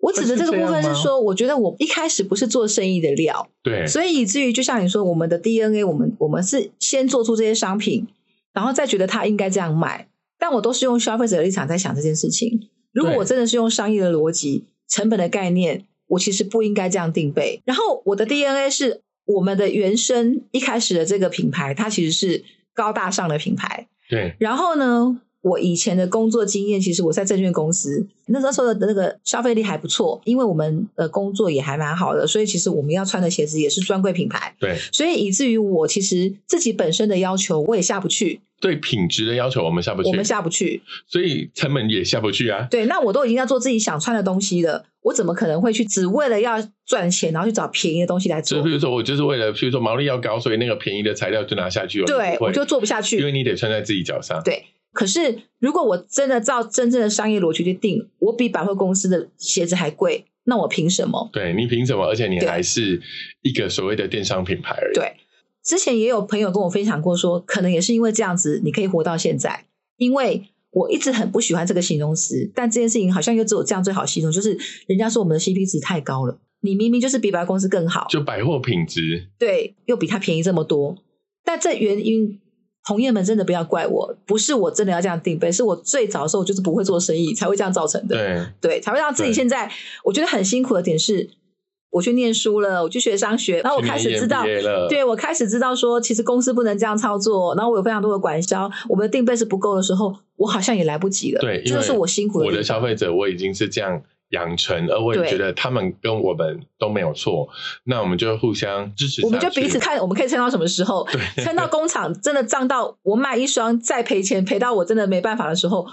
Speaker 2: 我指的这个部分是
Speaker 1: 会是这
Speaker 2: 说，我觉得我一开始不是做生意的料，
Speaker 1: 对，
Speaker 2: 所以以至于就像你说，我们的 DNA，我们我们是先做出这些商品，然后再觉得它应该这样卖。但我都是用消费者的立场在想这件事情。如果
Speaker 1: 对
Speaker 2: 我真的是用商业的逻辑、成本的概念，我其实不应该这样定位。然后我的 DNA 是我们的原生一开始的这个品牌，它其实是高大上的品牌，
Speaker 1: 对，
Speaker 2: 然后呢，我以前的工作经验，其实我在证券公司，那时候的那个消费力还不错，因为我们的工作也还蛮好的，所以其实我们要穿的鞋子也是专柜品牌，
Speaker 1: 对，
Speaker 2: 所以以至于我其实自己本身的要求我也下不去，
Speaker 1: 对品质的要求我们下不去
Speaker 2: 我，们下不去。
Speaker 1: 所以成本也下不去啊。
Speaker 2: 对，那我都已经要做自己想穿的东西了，我怎么可能会去只为了要赚钱，然后去找便宜的东西来
Speaker 1: 所以，
Speaker 2: 做
Speaker 1: 比？如说，我就是为了，譬如说毛利要高，所以那个便宜的材料就拿下去了。
Speaker 2: 对
Speaker 1: 你，不会
Speaker 2: 我就做不下去，
Speaker 1: 因为你得穿在自己脚上。
Speaker 2: 对，可是如果我真的照真正的商业逻辑去定，我比百货公司的鞋子还贵，那我凭什么？
Speaker 1: 对你凭什么？而且你
Speaker 2: 对
Speaker 1: 还是一个所谓的电商品牌而已。
Speaker 2: 对之前也有朋友跟我分享过说，可能也是因为这样子，你可以活到现在。因为我一直很不喜欢这个形容词，但这件事情好像又只有这样最好形容，就是人家说我们的 CP 值太高了，你明明就是比百货公司更好，
Speaker 1: 就百货品质，
Speaker 2: 对，又比它便宜这么多。但这原因，同业们真的不要怪我，不是我真的要这样定位，是我最早的时候就是不会做生意才会这样造成的。
Speaker 1: 对
Speaker 2: 对，哦才会让自己
Speaker 1: 对
Speaker 2: 现在我觉得很辛苦的点是，我去念书了，我去学商学，然后我开始知道
Speaker 1: 去。年 MBA 了，
Speaker 2: 对，我开始知道说，其实公司不能这样操作，然后我有非常多的管销，我们的定倍是不够的时候，我好像也来不及了。
Speaker 1: 对因为
Speaker 2: 这就是我辛苦的
Speaker 1: 我
Speaker 2: 地
Speaker 1: 的
Speaker 2: 方。
Speaker 1: 消费者我已经是这样养成，而我也
Speaker 2: 对
Speaker 1: 觉得他们跟我们都没有错，那我们就互相支持下去，
Speaker 2: 我们就彼此看，我们可以撑到什么时候？撑到工厂真的涨到我卖一双再赔钱，赔到我真的没办法的时候，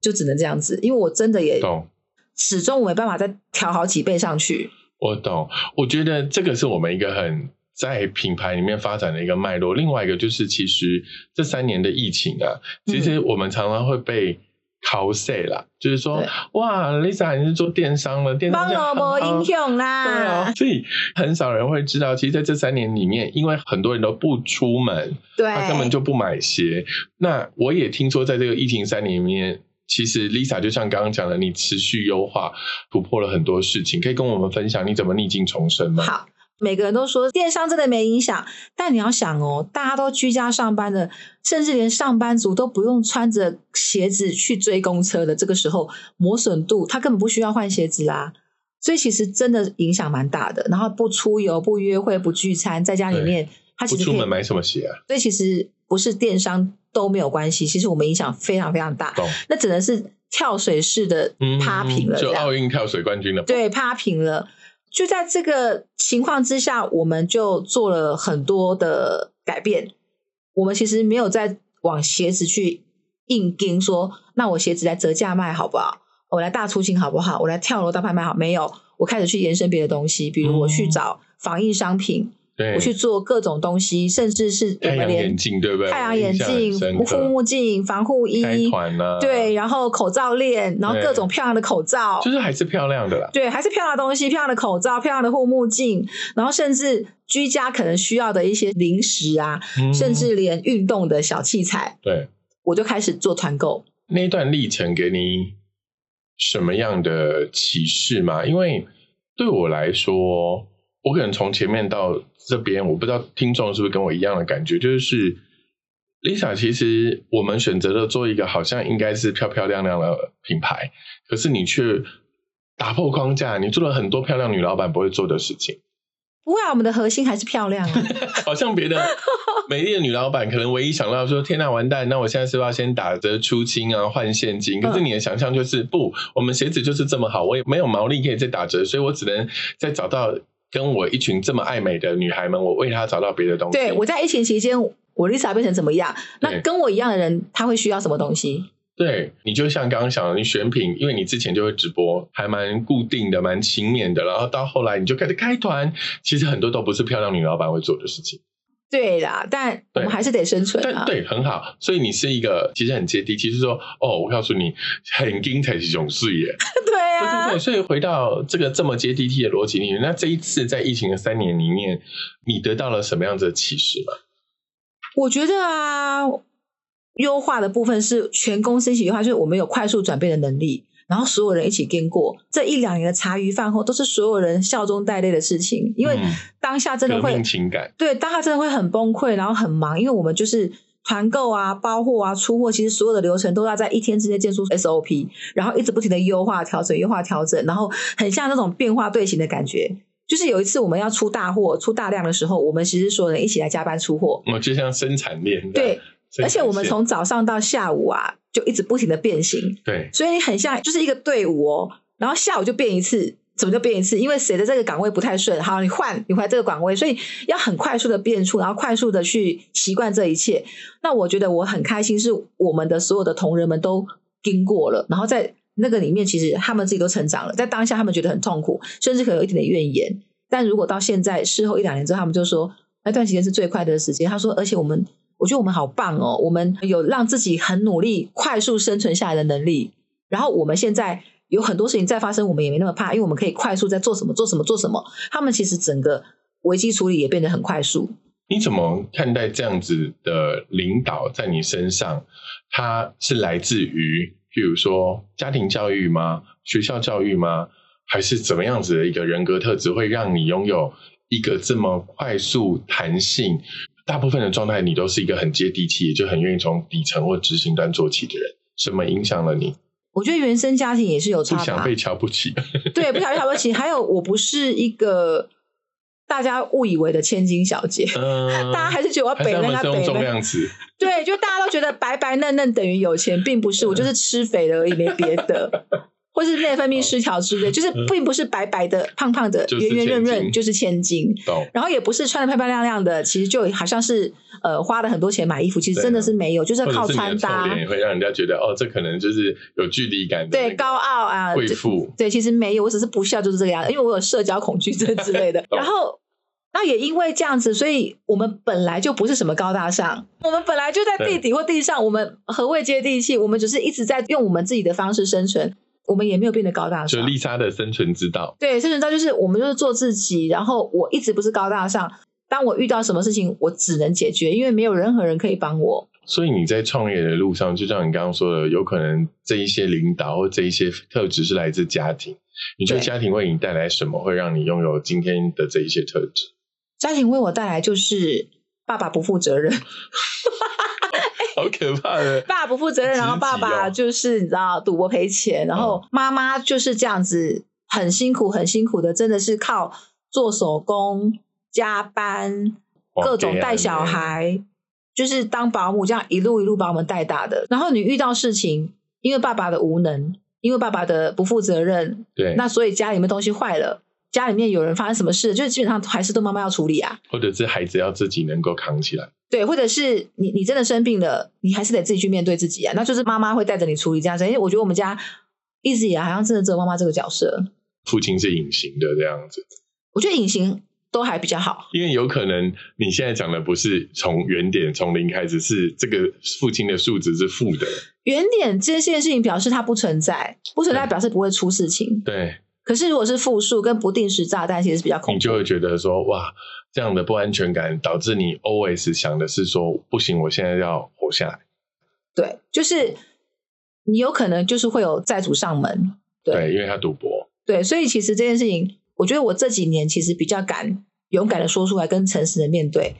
Speaker 2: 就只能这样子，因为我真的也
Speaker 1: 懂。
Speaker 2: 始终我没办法再调好几倍上去。
Speaker 1: 我懂，我觉得这个是我们一个很在品牌里面发展的一个脉络。另外一个就是，其实这三年的疫情啊，其
Speaker 2: 嗯
Speaker 1: 实我们常常会被 cos 啦，就是说
Speaker 2: 对，
Speaker 1: 哇，Lisa 你是做电商了，电商
Speaker 2: 帮
Speaker 1: 这样
Speaker 2: 了
Speaker 1: 很
Speaker 2: 我
Speaker 1: 好
Speaker 2: 英雄
Speaker 1: 对啊
Speaker 2: 啦，，
Speaker 1: 所以很少人会知道，其实在这三年里面，因为很多人都不出门，
Speaker 2: 对，
Speaker 1: 他根本就不买鞋。那我也听说，在这个疫情三年里面，其实 Lisa 就像刚刚讲的，你持续优化，突破了很多事情，可以跟我们分享你怎么逆境重生吗？
Speaker 2: 好，每个人都说电商真的没影响，但你要想哦，大家都居家上班的，甚至连上班族都不用穿着鞋子去追公车的，这个时候磨损度他根本不需要换鞋子啦。所以其实真的影响蛮大的。然后不出游、不约会、不聚餐，在家里面，他
Speaker 1: 不
Speaker 2: 其实
Speaker 1: 出
Speaker 2: 可以
Speaker 1: 门。买什么鞋啊？
Speaker 2: 所以其实不是电商都没有关系，其实我们影响非常非常大。
Speaker 1: 懂？
Speaker 2: 那只能是跳水式的
Speaker 1: 嗯，
Speaker 2: 趴平了，这
Speaker 1: 就
Speaker 2: 样。
Speaker 1: 奥运跳水冠军了。
Speaker 2: 对，趴平了。就在这个情况之下，我们就做了很多的改变。我们其实没有在往鞋子去硬盯说，那我鞋子来折价卖好不好？我来大出清好不好？我来跳楼大拍卖好？没有，我开始去延伸别的东西，比如我去
Speaker 1: 嗯
Speaker 2: 找防疫商品，
Speaker 1: 对，
Speaker 2: 我去做各种东西，甚至是我
Speaker 1: 太
Speaker 2: 们
Speaker 1: 阳
Speaker 2: 连
Speaker 1: 眼镜，对不对？
Speaker 2: 太阳眼
Speaker 1: 我印
Speaker 2: 镜
Speaker 1: 象很、深刻
Speaker 2: 护目镜、防护衣，
Speaker 1: 开团啊，
Speaker 2: 对，，然后口罩链，然后
Speaker 1: 对
Speaker 2: 各种漂亮的口罩，
Speaker 1: 就是还是漂亮的啦。
Speaker 2: 对，还是漂亮的东西，漂亮的口罩，漂亮的护目镜，然后甚至居家可能需要的一些零食啊，
Speaker 1: 嗯
Speaker 2: 甚至连运动的小器材，
Speaker 1: 对
Speaker 2: 我就开始做团购。
Speaker 1: 那一段历程给你什么样的启示吗？因为对我来说，我可能从前面到这边，我不知道听众是不是跟我一样的感觉，就是 Lisa，其实我们选择了做一个好像应该是漂漂亮亮的品牌，可是你却打破框架，你做了很多漂亮女老板不会做的事情。
Speaker 2: 不会啊，我们的核心还是漂
Speaker 1: (laughs)
Speaker 2: 亮啊。
Speaker 1: 好像别
Speaker 2: (laughs)
Speaker 1: 的美丽的女老板可能唯一想到说：“天呐、完蛋！那我现在是不是要先打折出清啊，换现
Speaker 2: 嗯
Speaker 1: 金？”可是你的想象就是、不，我们鞋子就是这么好，我也没有毛利可以再打折，所以我只能再找到跟我一群这么爱美的女孩们，我为她找到别的东西。
Speaker 2: 对我在疫情期间，我 Lisa 变成怎么样？那
Speaker 1: 对
Speaker 2: 跟我一样的人，他会需要什么东西？
Speaker 1: 对你就像刚刚讲的，你选品，因为你之前就会直播，还蛮固定的，蛮勤勉的，然后到后来你就开始开团，其实很多都不是漂亮女老板会做的事情。
Speaker 2: 对啦，但我
Speaker 1: 对
Speaker 2: 们还是得生存
Speaker 1: 对
Speaker 2: 啊。
Speaker 1: 对，很好。所以你是一个其实很接地气，就是说，哦，我告诉你，很精彩是种事耶。
Speaker 2: (laughs) 对
Speaker 1: 对对
Speaker 2: 啊
Speaker 1: 对，，所以回到这个这么接地气的逻辑里面，那这一次在疫情的三年里面，你得到了什么样子的启示吗？
Speaker 2: 我觉得啊，优化的部分是全公司一起优化，就是我们有快速转变的能力，然后所有人一起跟过。这一两年的茶余饭后，都是所有人笑中带泪的事情，因为
Speaker 1: 嗯
Speaker 2: 当下真的
Speaker 1: 革
Speaker 2: 会、
Speaker 1: 命情感，
Speaker 2: 对当下真的会很崩溃，然后很忙，因为我们就是。团购啊、包货啊、出货，其实所有的流程都要在一天之内建出 SOP，然后一直不停的优化、调整、优化、调整，然后很像那种变化队形的感觉。就是有一次我们要出大货、出大量的时候，我们其实所有人一起来加班出货，
Speaker 1: 我哦就像生产链这样。
Speaker 2: 对，
Speaker 1: 生产线，
Speaker 2: 而且我们从早上到下午啊，就一直不停的变形，
Speaker 1: 对
Speaker 2: 所以你很像就是一个队伍哦。然后下午就变一次，怎么就变一次？因为谁的这个岗位不太顺，好，你换，你回来这个岗位，所以要很快速的变出，然后快速的去习惯这一切。那我觉得我很开心，是我们的所有的同仁们都经过了，然后在那个里面，其实他们自己都成长了，在当下他们觉得很痛苦，甚至可能有一点点怨言。但如果到现在事后一两年之后，他们就说哎那段时间是最快乐的时间。他说，而且我们我觉得我们好棒哦，我们有让自己很努力、快速生存下来的能力。然后我们现在有很多事情再发生，我们也没那么怕，因为我们可以快速在做什么、做什么、做什么。他们其实整个危机处理也变得很快速。
Speaker 1: 你怎么看待这样子的领导在你身上？它是来自于，譬如说家庭教育吗？学校教育吗？还是怎么样子的一个人格特质，会让你拥有一个这么快速弹性？大部分的状态，你都是一个很接地气，也就很愿意从底层或执行端做起的人。什么影响了你？
Speaker 2: 我觉得原生家庭也是有
Speaker 1: 不
Speaker 2: 差
Speaker 1: 想
Speaker 2: 吧
Speaker 1: 被，瞧不起，
Speaker 2: 对，不小心瞧不起。还有，我不是一个大家误以为的千金小姐，
Speaker 1: 嗯，
Speaker 2: (laughs) 大家还是觉得
Speaker 1: (laughs)
Speaker 2: 我
Speaker 1: 还
Speaker 2: 北
Speaker 1: 是他
Speaker 2: 人
Speaker 1: 们
Speaker 2: 啊
Speaker 1: 是
Speaker 2: 北
Speaker 1: 用重
Speaker 2: 人，
Speaker 1: 量词，
Speaker 2: 对，就大家都觉得白白嫩嫩等于有钱，并不是，我
Speaker 1: 嗯
Speaker 2: 就是吃肥了而已，没别的，或是内分泌失调之类，就是并不是白白的、胖胖的、
Speaker 1: 嗯就是
Speaker 2: 圆圆润
Speaker 1: 千
Speaker 2: 润
Speaker 1: 金
Speaker 2: 就是千金，
Speaker 1: 懂？
Speaker 2: 然后也不是穿的漂漂亮亮的，其实就好像是呃花了很多钱买衣服，其实
Speaker 1: 对啊
Speaker 2: 真的是没有，就是
Speaker 1: 或
Speaker 2: 靠
Speaker 1: 者是你
Speaker 2: 穿
Speaker 1: 的臭
Speaker 2: 搭
Speaker 1: 脸，也会让人家觉得，哦，这可能就是有距离感的那个、
Speaker 2: 对，高傲啊，
Speaker 1: 贵
Speaker 2: 这
Speaker 1: 妇，
Speaker 2: 对，其实没有，我只是不笑就是这个样子，因为我有社交恐惧症之
Speaker 1: (laughs)
Speaker 2: 类的。然后，那也因为这样子，所以我们本来就不是什么高大上，我们本来就在地底或地上，我们何谓接地气？我们只是一直在用我们自己的方式生存，我们也没有变得高大
Speaker 1: 就
Speaker 2: 上。
Speaker 1: 丽莎的生存之道。
Speaker 2: 对，生存道就是我们就是做自己，然后我一直不是高大上。当我遇到什么事情，我只能解决，因为没有任何人可以帮我。
Speaker 1: 所以你在创业的路上，就像你刚刚说的，有可能这一些领导或这一些特质是来自家庭。你觉得
Speaker 2: 对
Speaker 1: 家庭为你带来什么，会让你拥有今天的这一些特 (laughs) 质？
Speaker 2: 家庭为我带来就是爸爸不负责任，
Speaker 1: 好可怕 (laughs) 的！
Speaker 2: 爸不负责任，
Speaker 1: 直击哦嗯
Speaker 2: 然后爸爸就是你知道赌博赔钱，然后妈妈就是这样子很辛苦很辛苦的，真的是靠做手工、加班、
Speaker 1: 哇
Speaker 2: 各种带小，孩，就是当保姆这样一路一路把我们带大的。然后你遇到事情，因为爸爸的无能，因为爸爸的不负责任，
Speaker 1: 对，
Speaker 2: 那所以家里面东西坏了。家里面有人发生什么事，就是基本上还是都妈妈要处理啊，
Speaker 1: 或者是孩子要自己能够扛起来。
Speaker 2: 对，或者是你你真的生病了，你还是得自己去面对自己啊。那就是妈妈会带着你处理这样子。因为我觉得我们家一直以来好像真的只有妈妈这个角色。
Speaker 1: 父亲是隐形的这样子，
Speaker 2: 我觉得隐形都还比较好。
Speaker 1: 因为有可能你现在讲的不是从原点从零开始，是这个父亲的数值是负的，
Speaker 2: 原点这件事情表示它不存在，不存在
Speaker 1: 对
Speaker 2: 表示不会出事情。
Speaker 1: 对，
Speaker 2: 可是如果是复数跟不定时炸弹，其实是比较恐
Speaker 1: 你
Speaker 2: 怖。
Speaker 1: 就会觉得说哇，这样的不安全感导致你 always 想的是说不行，我现在要活下来，
Speaker 2: 对，就是你有可能就是会有债主上门。对
Speaker 1: 对，因为他赌博，
Speaker 2: 对，所以其实这件事情，我觉得我这几年其实比较敢勇敢的说出来，跟诚实的面对。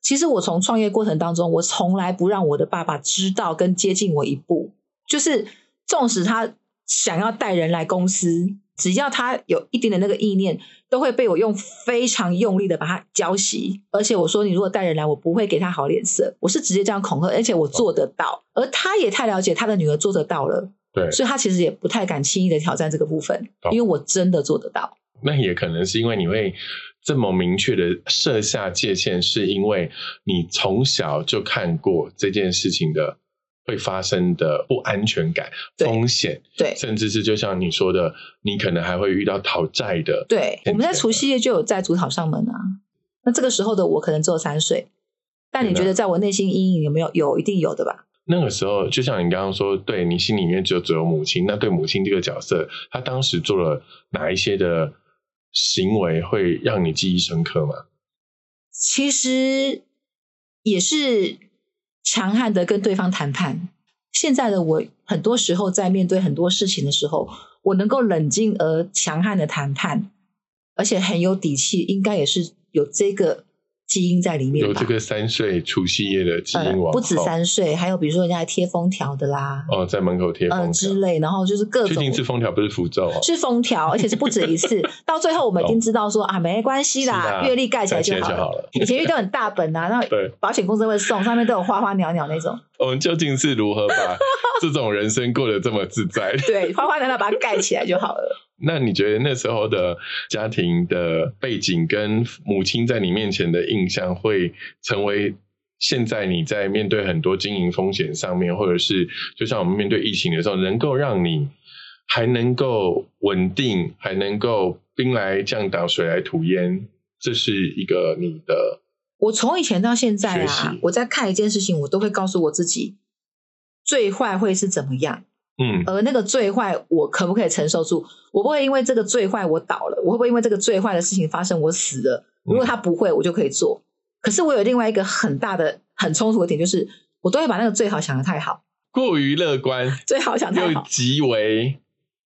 Speaker 2: 其实我从创业过程当中，我从来不让我的爸爸知道跟接近我一步，就是纵使他想要带人来公司，只要他有一点点那个意念，都会被我用非常用力的把他浇熄。而且我说，你如果带人来，我不会给他好脸色，我是直接这样恐吓，而且我做得到。而他也太了解他的女儿做得到了，
Speaker 1: 对，
Speaker 2: 所以他其实也不太敢轻易的挑战这个部分，
Speaker 1: 懂
Speaker 2: 因为我真的做得到。
Speaker 1: 那也可能是因为你会这么明确的设下界限，是因为你从小就看过这件事情的会发生的不安全感、
Speaker 2: 对
Speaker 1: 风险，
Speaker 2: 对
Speaker 1: 甚至是就像你说的，你可能还会遇到讨债的。
Speaker 2: 对，
Speaker 1: 对
Speaker 2: 我们在
Speaker 1: 对
Speaker 2: 除夕夜就有在主讨上门啊。那这个时候的我可能只有三岁，但你
Speaker 1: 天哪
Speaker 2: 觉得在我内心阴影有没有？有，一定有的吧。
Speaker 1: 那个时候，就像你刚刚说，对你心里面只有只有母亲，那对母亲这个角色，她当时做了哪一些的行为会让你记忆深刻吗？
Speaker 2: 其实也是强悍的跟对方谈判。现在的我，很多时候在面对很多事情的时候，我能够冷静而强悍的谈判，而且很有底气，应该也是有这个基因在里面吧。
Speaker 1: 有这个三岁除夕夜的基因王后、
Speaker 2: 呃，不止三岁，还有比如说人家还贴封条的啦，
Speaker 1: 哦，在门口贴封
Speaker 2: 呃
Speaker 1: 条
Speaker 2: 之类，然后就是各
Speaker 1: 确
Speaker 2: 种
Speaker 1: 定是封条不是符咒哦。
Speaker 2: 是封条，而且是不止
Speaker 1: (laughs)
Speaker 2: 一次。到最后我们已经知道说啊，没关系
Speaker 1: 是
Speaker 2: 啦，
Speaker 1: 啦
Speaker 2: 月历盖起来
Speaker 1: 盖起来
Speaker 2: 好
Speaker 1: 就好了
Speaker 2: 以前月历都很大本啊，
Speaker 1: (laughs)
Speaker 2: 那
Speaker 1: 对，
Speaker 2: 保险公司会送，上面都有花花鸟鸟那
Speaker 1: (laughs)
Speaker 2: 种，
Speaker 1: 我们究竟是如何把这种人生过得这么自在？
Speaker 2: 对，花花鸟鸟把它盖起来就好了。
Speaker 1: 那你觉得那时候的家庭的背景跟母亲在你面前的印象，会成为现在你在面对很多经营风险上面，或者是就像我们面对疫情的时候，能够让你还能够稳定，还能够兵来将挡，水来土掩，这是一个你的
Speaker 2: 我从以前到现在
Speaker 1: 学
Speaker 2: 啊
Speaker 1: 习，
Speaker 2: 我在看一件事情，我都会告诉我自己，最坏会是怎么样。
Speaker 1: 嗯
Speaker 2: 而呃那个最坏，我可不可以承受住？我不会因为这个最坏我倒了，我会不会因为这个最坏的事情发生我死了？如
Speaker 1: 嗯
Speaker 2: 果他不会，我就可以做。可是我有另外一个很大的、很冲突的点，就是我都会把那个最好想的太好，
Speaker 1: 过于乐观，
Speaker 2: 最好想太
Speaker 1: 又
Speaker 2: 好，
Speaker 1: 极为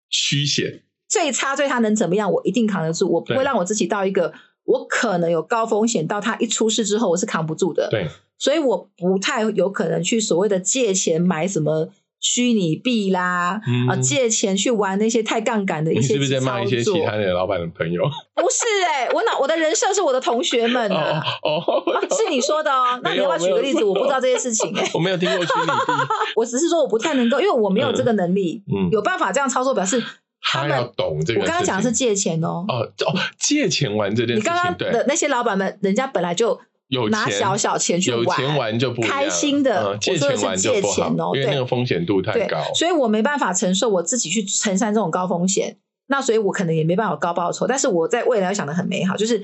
Speaker 1: 虚险。
Speaker 2: 最差最差能怎么样？我一定扛得住，我不会
Speaker 1: 对
Speaker 2: 让我自己到一个我可能有高风险，到他一出事之后我是扛不住的。
Speaker 1: 对，
Speaker 2: 所以我不太有可能去所谓的借钱买什么虚拟币啦，
Speaker 1: 嗯
Speaker 2: 啊，借钱去玩那些太杠杆的一
Speaker 1: 你
Speaker 2: 些
Speaker 1: 是不是在骂一些
Speaker 2: 操
Speaker 1: 其
Speaker 2: 作
Speaker 1: 他的老板的朋友？
Speaker 2: (laughs) 不是哎、我脑我的人设是我的同学们
Speaker 1: 哦
Speaker 2: 啊，
Speaker 1: 哦
Speaker 2: 啊
Speaker 1: 哦，
Speaker 2: 是你
Speaker 1: (laughs)
Speaker 2: 说的哦。那你要不要举个例
Speaker 1: 没
Speaker 2: 子？
Speaker 1: 有
Speaker 2: 我不知道这些
Speaker 1: (laughs)
Speaker 2: 事情哎、
Speaker 1: 我没有听过虚拟币，
Speaker 2: 我只是说我不太能够，因为我没有这个能力，
Speaker 1: 嗯，
Speaker 2: 有办法这样操作，表示他
Speaker 1: 他
Speaker 2: 们。
Speaker 1: 要懂这个事情。
Speaker 2: 我刚刚讲的是借钱哦，
Speaker 1: 哦哦，借钱玩这件
Speaker 2: 你
Speaker 1: 事
Speaker 2: 刚刚
Speaker 1: 情，
Speaker 2: 的
Speaker 1: 对，
Speaker 2: 那些老板们，人家本来就
Speaker 1: 有
Speaker 2: 拿
Speaker 1: 钱
Speaker 2: 小小钱去
Speaker 1: 有钱玩就不一样
Speaker 2: 开心的
Speaker 1: 嗯借
Speaker 2: 我说的
Speaker 1: 钱
Speaker 2: 是
Speaker 1: 玩就不
Speaker 2: 借
Speaker 1: 好
Speaker 2: 钱哦，
Speaker 1: 因为
Speaker 2: 对
Speaker 1: 那个风险度太
Speaker 2: 对
Speaker 1: 高，。
Speaker 2: 所以我没办法承受我自己去承担这种高风险，那所以我可能也没办法有高报酬，但是我在未来想的很美好，就是，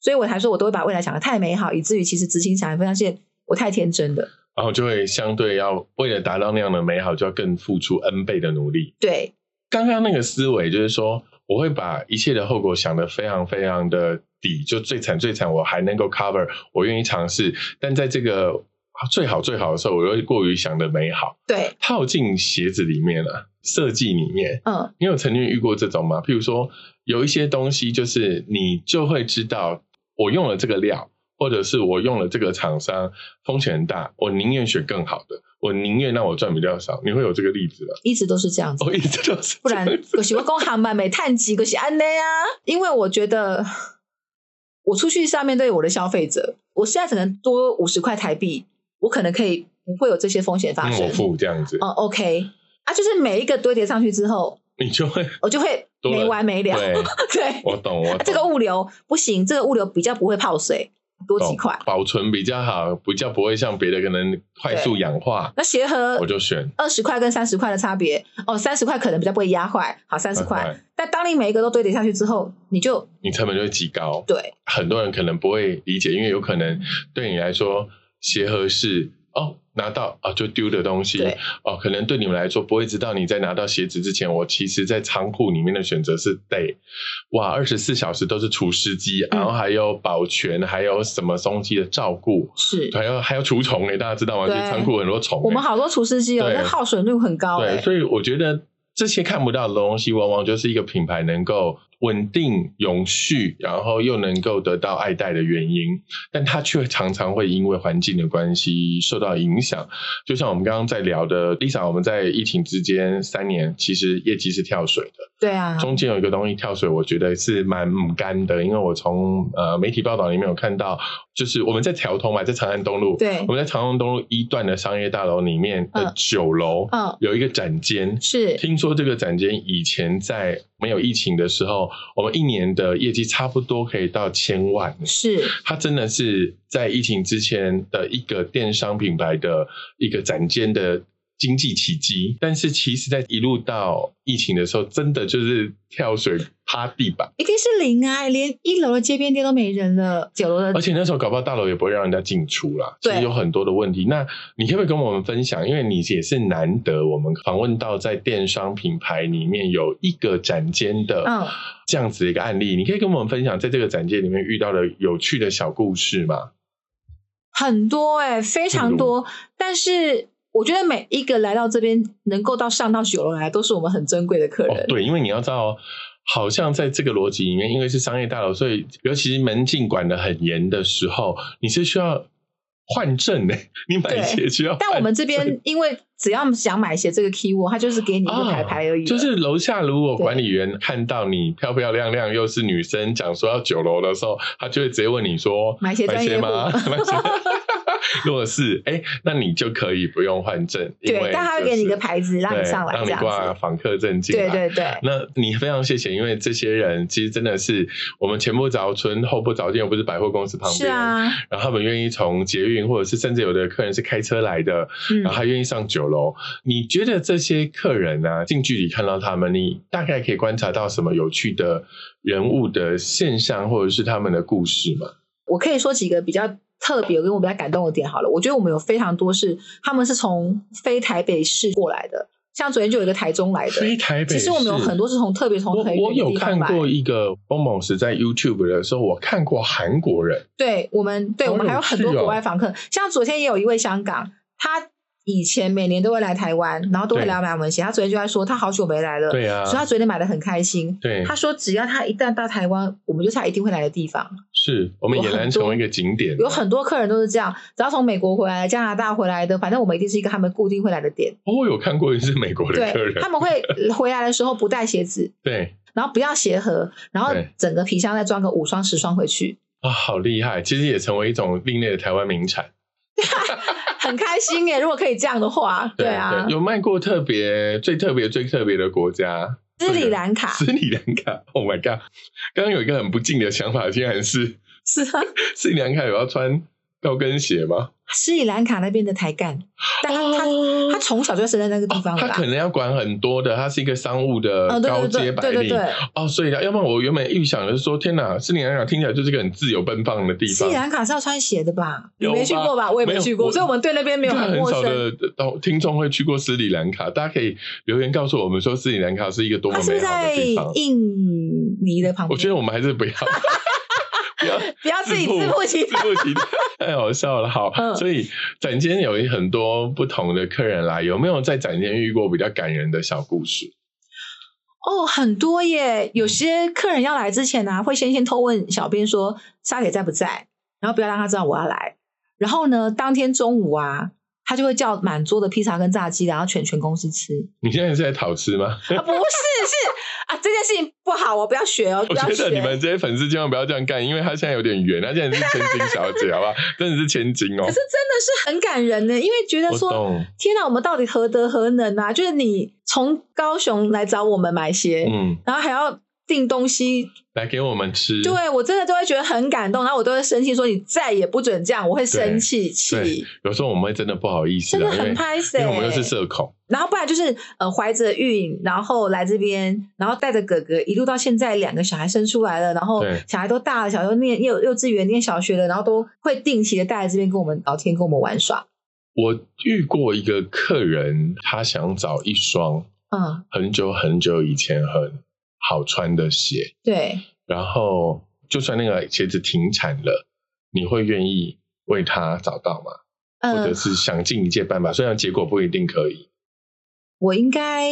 Speaker 2: 所以我才说我都会把未来想的太美好，以至于其实执行起来发现我太天真了。
Speaker 1: 然后就会相对要为了达到那样的美好，就要更付出 N 倍的努力。
Speaker 2: 对，
Speaker 1: 刚刚那个思维就是说，我会把一切的后果想得非常非常的底，就最惨最惨，我还能够 cover，我愿意尝试。但在这个最好最好的时候，我又过于想的美好，
Speaker 2: 对，
Speaker 1: 套进鞋子里面啊，设计里面。
Speaker 2: 嗯，
Speaker 1: 你有曾经遇过这种吗？譬如说，有一些东西就是你就会知道，我用了这个料，或者是我用了这个厂商，风险很大，我宁愿选更好的，我宁愿让我赚比较少。你会有这个例子吗？ (laughs)
Speaker 2: 一直都是这样子。
Speaker 1: 我一直都是
Speaker 2: 不
Speaker 1: 这
Speaker 2: 然
Speaker 1: 样子，
Speaker 2: 就是我讲行嘛，没探及，就是安内啊。因为我觉得，我出去是要面对我的消费者，我现在可能多五十块台币，我可能可以不会有这些风险发
Speaker 1: 嗯，
Speaker 2: 生
Speaker 1: 我。付这样子，
Speaker 2: 哦、o k 啊，就是每一个堆叠上去之后，
Speaker 1: 你就
Speaker 2: (laughs)
Speaker 1: 会
Speaker 2: 我就会
Speaker 1: 多了
Speaker 2: 没完没了。
Speaker 1: 对，
Speaker 2: (laughs) 对，
Speaker 1: 我懂，我
Speaker 2: 这个
Speaker 1: 懂
Speaker 2: 物流不行，这个物流比较不会泡水。多几块。
Speaker 1: 保存比较好，比较不会像别的可能快速氧化，
Speaker 2: 那鞋盒
Speaker 1: 我就选
Speaker 2: 二十块跟三十块的差别哦，三十块可能比较不会压坏，好三十块。。但当你每一个都堆叠下去之后，你就
Speaker 1: (laughs) 你成本就会极高，
Speaker 2: 对
Speaker 1: 很多人可能不会理解，因为有可
Speaker 2: 嗯
Speaker 1: 能对你来说，鞋盒是哦拿到啊就丢的东西
Speaker 2: 对
Speaker 1: 哦，可能对你们来说不会知道，你在拿到鞋子之前，我其实在仓库里面的选择是得哇二十四小时都是除湿机，
Speaker 2: 嗯
Speaker 1: 然后还有保全，还有什么东西的照顾，
Speaker 2: 是。
Speaker 1: 还有还有除虫欸诶，大家知道吗？就
Speaker 2: 对
Speaker 1: 是仓库很多虫、欸，
Speaker 2: 我们好多厨师机哦，
Speaker 1: 对
Speaker 2: 那耗损率很高
Speaker 1: 对，
Speaker 2: 哎。
Speaker 1: 所以我觉得这些看不到的东西，往往就是一个品牌能够稳定、永续，然后又能够得到爱戴的原因。但它却常常会因为环境的关系受到影响。就像我们刚刚在聊的，Lisa，我们在疫情之间三年，其实业绩是跳水的。
Speaker 2: 对啊，
Speaker 1: 中间有一个东西跳水，我觉得是蛮母干的，因为我从呃媒体报道里面有看到，就是我们在调通嘛，在长安东路，
Speaker 2: 对
Speaker 1: 我，们在长安东路一段的商业大楼里面的
Speaker 2: 嗯
Speaker 1: 九楼，
Speaker 2: 嗯，
Speaker 1: 有一个展间，
Speaker 2: 是
Speaker 1: 听说这个展间以前在没有疫情的时候，我们一年的业绩差不多可以到千万。
Speaker 2: 是，
Speaker 1: 它真的是在疫情之前的一个电商品牌的一个展间的经济奇迹，但是其实，在一路到疫情的时候，真的就是跳水趴地板，
Speaker 2: 一定是零啊，连一楼的街边店都没人了，九楼的
Speaker 1: 而且那时候搞不好大楼也不会让人家进出啦，其
Speaker 2: 对
Speaker 1: 实有很多的问题。那你可不可以跟我们分享？因为你也是难得我们访问到在电商品牌里面有一个展间的
Speaker 2: 嗯
Speaker 1: 这样子的一个案例，你可以跟我们分享在这个展间里面遇到的有趣的小故事吗？
Speaker 2: 很多哎、非常多。但是我觉得每一个来到这边能够到上到九楼来，都是我们很珍贵的客
Speaker 1: 哦
Speaker 2: 人。，
Speaker 1: 对，因为你要知道哦。好像在这个逻辑里面，因为是商业大楼，所以尤其是门禁管得很严的时候，你是需要换证的。你买
Speaker 2: 对
Speaker 1: 鞋需要换证，
Speaker 2: 但我们这
Speaker 1: 哎
Speaker 2: 边因为只要想买鞋这个 keyword，它就是给你一个
Speaker 1: 啊
Speaker 2: 牌牌而已了、
Speaker 1: 就是楼下如果管理员看到你漂漂亮亮又是女生，讲说要九楼的时候，他就会直接问你说
Speaker 2: 买鞋专业户 (laughs)
Speaker 1: 吗？买鞋 (laughs) 如果是哎、那你就可以不用换证，因为
Speaker 2: 对，但它会给你一个牌子
Speaker 1: 就是
Speaker 2: 让你上来
Speaker 1: 对让
Speaker 2: 这
Speaker 1: 你
Speaker 2: 样
Speaker 1: 挂
Speaker 2: 子。
Speaker 1: 访客证进来。
Speaker 2: 对对对，
Speaker 1: 那你非常谢谢，因为这些人其实真的是我们前不着村后不着店，又不是百货公司旁
Speaker 2: 是
Speaker 1: 边， (laughs)
Speaker 2: 啊，
Speaker 1: 然后他们愿意从捷运或者是甚至有的客人是开车来的，然后
Speaker 2: 嗯，
Speaker 1: 他愿意上九楼。你觉得这些客人啊，近距离看到他们，你大概可以观察到什么有趣的人物的现象，或者是他们的故事吗？
Speaker 2: 我可以说几个比较。特别跟我比较感动的点好了，我觉得我们有非常多是他们是从非台北市过来的，像昨天就有一个台中来的，
Speaker 1: 非台北
Speaker 2: 其
Speaker 1: 市，
Speaker 2: 实我们有很多是从特别从
Speaker 1: 我
Speaker 2: 很
Speaker 1: 我
Speaker 2: 远的
Speaker 1: 有
Speaker 2: 地方
Speaker 1: 看
Speaker 2: 来。
Speaker 1: 过一个欧某是在 YouTube 的时候，我看过韩国人，
Speaker 2: 对我们，对
Speaker 1: 好
Speaker 2: 我们还有
Speaker 1: 有
Speaker 2: 很
Speaker 1: 趣
Speaker 2: 多国
Speaker 1: 哦
Speaker 2: 外访客，像昨天也有一位香港，他以前每年都会来台湾，然后都会
Speaker 1: 对
Speaker 2: 来买我们鞋。他昨天就在说，他好久没来了，
Speaker 1: 对啊
Speaker 2: 所以，他昨天买的很开心。
Speaker 1: 对，
Speaker 2: 他说，只要他一旦到台湾，我们就是他一定会来的地方。
Speaker 1: 是我们
Speaker 2: 有
Speaker 1: 俨然
Speaker 2: 很多
Speaker 1: 成为一个景点，
Speaker 2: 有很多客人都是这样，只要从美国回来、加拿大回来的，反正我们一定是一个他们固定会来的点。
Speaker 1: 哦我有看过一次美国的客
Speaker 2: 对，他
Speaker 1: 人，
Speaker 2: 们会回来的时候不带鞋子，
Speaker 1: 对
Speaker 2: 然后不要鞋盒，然后
Speaker 1: 对
Speaker 2: 整个皮箱再装个五双十双回去，
Speaker 1: 啊，好厉害！其实也成为一种另类的台湾名产。
Speaker 2: 很开心耶！如果可以这样的话，对啊
Speaker 1: 对，，有卖过特别最特别最特别的国家，
Speaker 2: 斯里兰卡
Speaker 1: 斯里兰卡，Oh my god！刚刚有一个很不敬的想法，竟然是 (laughs)
Speaker 2: 是啊，
Speaker 1: 斯里兰卡有要穿高跟鞋吗？啊
Speaker 2: 斯里兰卡那边的台干，但他、他他从小就生在那个地方
Speaker 1: 哦他
Speaker 2: 了啦
Speaker 1: 可。能要管很多的，他是一个商务的
Speaker 2: 嗯，对
Speaker 1: 高
Speaker 2: 对
Speaker 1: 阶
Speaker 2: 对
Speaker 1: 白
Speaker 2: 对对
Speaker 1: 领。
Speaker 2: 对，
Speaker 1: 哦，所以要不然我原本预想的是说，天哪，斯里兰卡听起来就是个很自由奔放的地
Speaker 2: 斯
Speaker 1: 方
Speaker 2: 里，兰卡是要穿鞋的吧？你
Speaker 1: 有吧
Speaker 2: 没去过吧？我也
Speaker 1: 没
Speaker 2: 没
Speaker 1: 有
Speaker 2: 去过，
Speaker 1: 我
Speaker 2: 所以我们对那边没有
Speaker 1: 应该
Speaker 2: 很
Speaker 1: 很
Speaker 2: 陌
Speaker 1: 少
Speaker 2: 生。
Speaker 1: 的呃听众会去过斯里兰卡，大家可以留言告诉我们说斯里兰卡是一个多么
Speaker 2: 它是
Speaker 1: 美好
Speaker 2: 在
Speaker 1: 的地方。
Speaker 2: 印尼的旁边，
Speaker 1: 我觉得我们还是不要 (laughs) 不要
Speaker 2: 不要自己
Speaker 1: 自
Speaker 2: 自
Speaker 1: 曝
Speaker 2: 不其
Speaker 1: 对不起， (laughs) 太好笑了。好，
Speaker 2: 嗯
Speaker 1: 所以展间有很多不同的客人来，有没有在展间遇过比较感人的小故事？
Speaker 2: 哦，很多耶。有些客人要来之前呢、会先先偷问小编说莎姐在不在，然后不要让他知道我要来。然后呢，当天中午啊，他就会叫满桌的披萨跟炸鸡，然后全全公
Speaker 1: (laughs)
Speaker 2: 司吃。
Speaker 1: 你现在是在讨吃
Speaker 2: (laughs)
Speaker 1: 吗？
Speaker 2: 啊，不是，是啊，这件事情不好，我不要学哦，
Speaker 1: 我
Speaker 2: 不要
Speaker 1: 觉
Speaker 2: 学
Speaker 1: 得。你们这些粉丝千万不要这样干，因为他现在有点远，他现在是千金小姐，好不
Speaker 2: (laughs)
Speaker 1: 好？真的是千金哦
Speaker 2: 可。是真的是很感人呢，因为觉得
Speaker 1: 我
Speaker 2: 说，
Speaker 1: 懂，
Speaker 2: 天哪，我们到底何德何能啊？就是你从高雄来找我们买鞋，
Speaker 1: 嗯，
Speaker 2: 然后还要订东西，
Speaker 1: 来给我们吃，
Speaker 2: 对我真的都会觉得很感动，然后我都会生气说你再也不准这样，我会生气气
Speaker 1: 对，有时候我们会真的不好意思
Speaker 2: 真的
Speaker 1: 啦，因
Speaker 2: 很
Speaker 1: 为
Speaker 2: 拍死、
Speaker 1: 因
Speaker 2: 欸。
Speaker 1: 为我们又是社恐，
Speaker 2: 然后不然就是呃怀着孕，然后来这边，然后带着哥哥一路到现在，两个小孩生出来了，然后
Speaker 1: 对
Speaker 2: 小孩都大了，小孩都念幼幼稚园、念小学了，然后都会定期的带来这边跟我们聊天、跟我们玩耍。
Speaker 1: 我遇过一个客人，他想找一双
Speaker 2: 嗯，
Speaker 1: 很久很久以前很好穿的鞋，
Speaker 2: 对，
Speaker 1: 然后就算那个鞋子停产了，你会愿意为他找到吗？或者
Speaker 2: 嗯，
Speaker 1: 是想尽一切办法，虽然结果不一定可以，
Speaker 2: 我应该